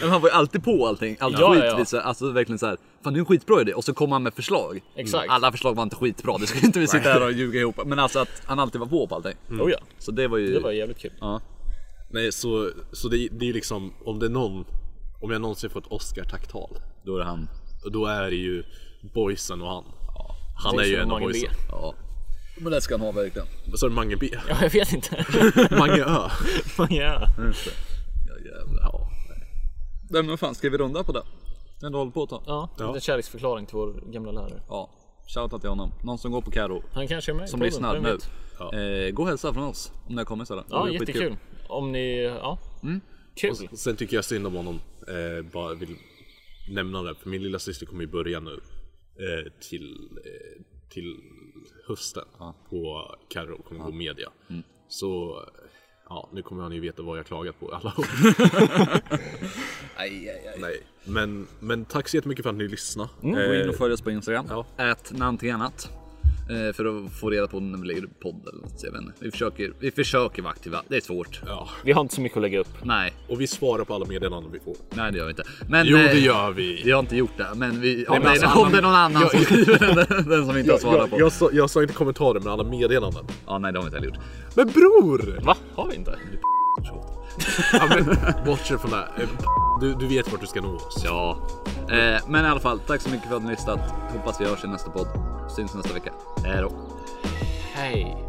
Speaker 2: Men han var ju alltid på allting. Allt
Speaker 1: Ja,
Speaker 2: skit.
Speaker 1: ja, ja.
Speaker 2: vi sa- Alltså verkligen så här. Fan det är en skitbra idé. Och så kom han med förslag. Mm,
Speaker 1: Exakt.
Speaker 2: Alla förslag var inte skitbra. Det ska inte vi sitta här och ljuga ihop. Men alltså att han alltid var på på allting.
Speaker 1: Oh ja,
Speaker 2: Så det var ju...
Speaker 1: det var jävligt kul.
Speaker 2: Ja.
Speaker 3: Nej, så, så det, det är liksom, om det är någon, om jag någonsin får ett Oscar-tacktal,
Speaker 2: Då är det han.
Speaker 3: då är det ju boysen och han. Han är ju
Speaker 1: Boysen och
Speaker 3: en av
Speaker 1: Mange B.
Speaker 3: boysen.
Speaker 2: Ja. Men det ska han ha verkligen.
Speaker 3: Vad sa du, Mange B?
Speaker 1: Ja, jag vet inte.
Speaker 3: Mange Ö?
Speaker 1: ja.
Speaker 2: Ja jävlar. Ja. Nej men fan ska vi runda på det? Den du håller på att ta?
Speaker 1: Ja, en liten kärleksförklaring till vår gamla lärare.
Speaker 2: Ja. Shoutout till honom. Någon som går på Karo.
Speaker 1: Han kanske är med i
Speaker 2: Som
Speaker 1: podden,
Speaker 2: lyssnar
Speaker 1: vem
Speaker 2: nu.
Speaker 1: vet?
Speaker 2: Eh, gå och hälsa från oss. Om ni har kommit sådär.
Speaker 1: Ja, jättekul. Om ni, ja. Kul.
Speaker 3: Sen tycker jag synd om honom, eh, bara vill nämna det, för min lilla syster kommer ju börja nu eh, till, eh, till hösten på Carro, kommer gå media. Så eh, ja, nu kommer han ju veta vad jag klagat på i alla år.
Speaker 2: Aj, aj, aj.
Speaker 3: Nej. Men, men tack så jättemycket för att ni lyssnade.
Speaker 2: Gå
Speaker 3: Eh,
Speaker 2: in och följ oss på Instagram.
Speaker 3: Ja.
Speaker 2: Ät någonting annat. Eh, för att få reda på när vi lägger upp podd eller något. så Jag vet inte. Vi försöker, vi försöker vara aktiva. Det är svårt.
Speaker 3: ja.
Speaker 1: Vi har inte så mycket att lägga upp.
Speaker 2: Nej,
Speaker 3: Och vi svarar på alla meddelanden vi får.
Speaker 2: nej det gör vi inte. Men,
Speaker 3: Jo, det
Speaker 2: eh,
Speaker 3: gör vi.
Speaker 2: Vi har inte gjort det, men vi, om,
Speaker 3: men
Speaker 2: det,
Speaker 3: alltså,
Speaker 2: om det är någon annan som skriver den, den som vi inte har
Speaker 3: Jag,
Speaker 2: svarat
Speaker 3: jag,
Speaker 2: på.
Speaker 3: jag, sa, jag sa inte kommentarer, men alla meddelanden.
Speaker 2: Ja, nej det har vi inte heller gjort.
Speaker 3: Men bror!
Speaker 1: Va? Har vi inte?
Speaker 3: Ja, men, bortse från det. här. Eh, Du, du vet vart du ska nå oss.
Speaker 2: Ja. Eh, men i alla fall, tack så mycket för att ni har lyssnat. Hoppas vi hörs i nästa podd. Syns nästa vecka. Hej då.
Speaker 1: Hej.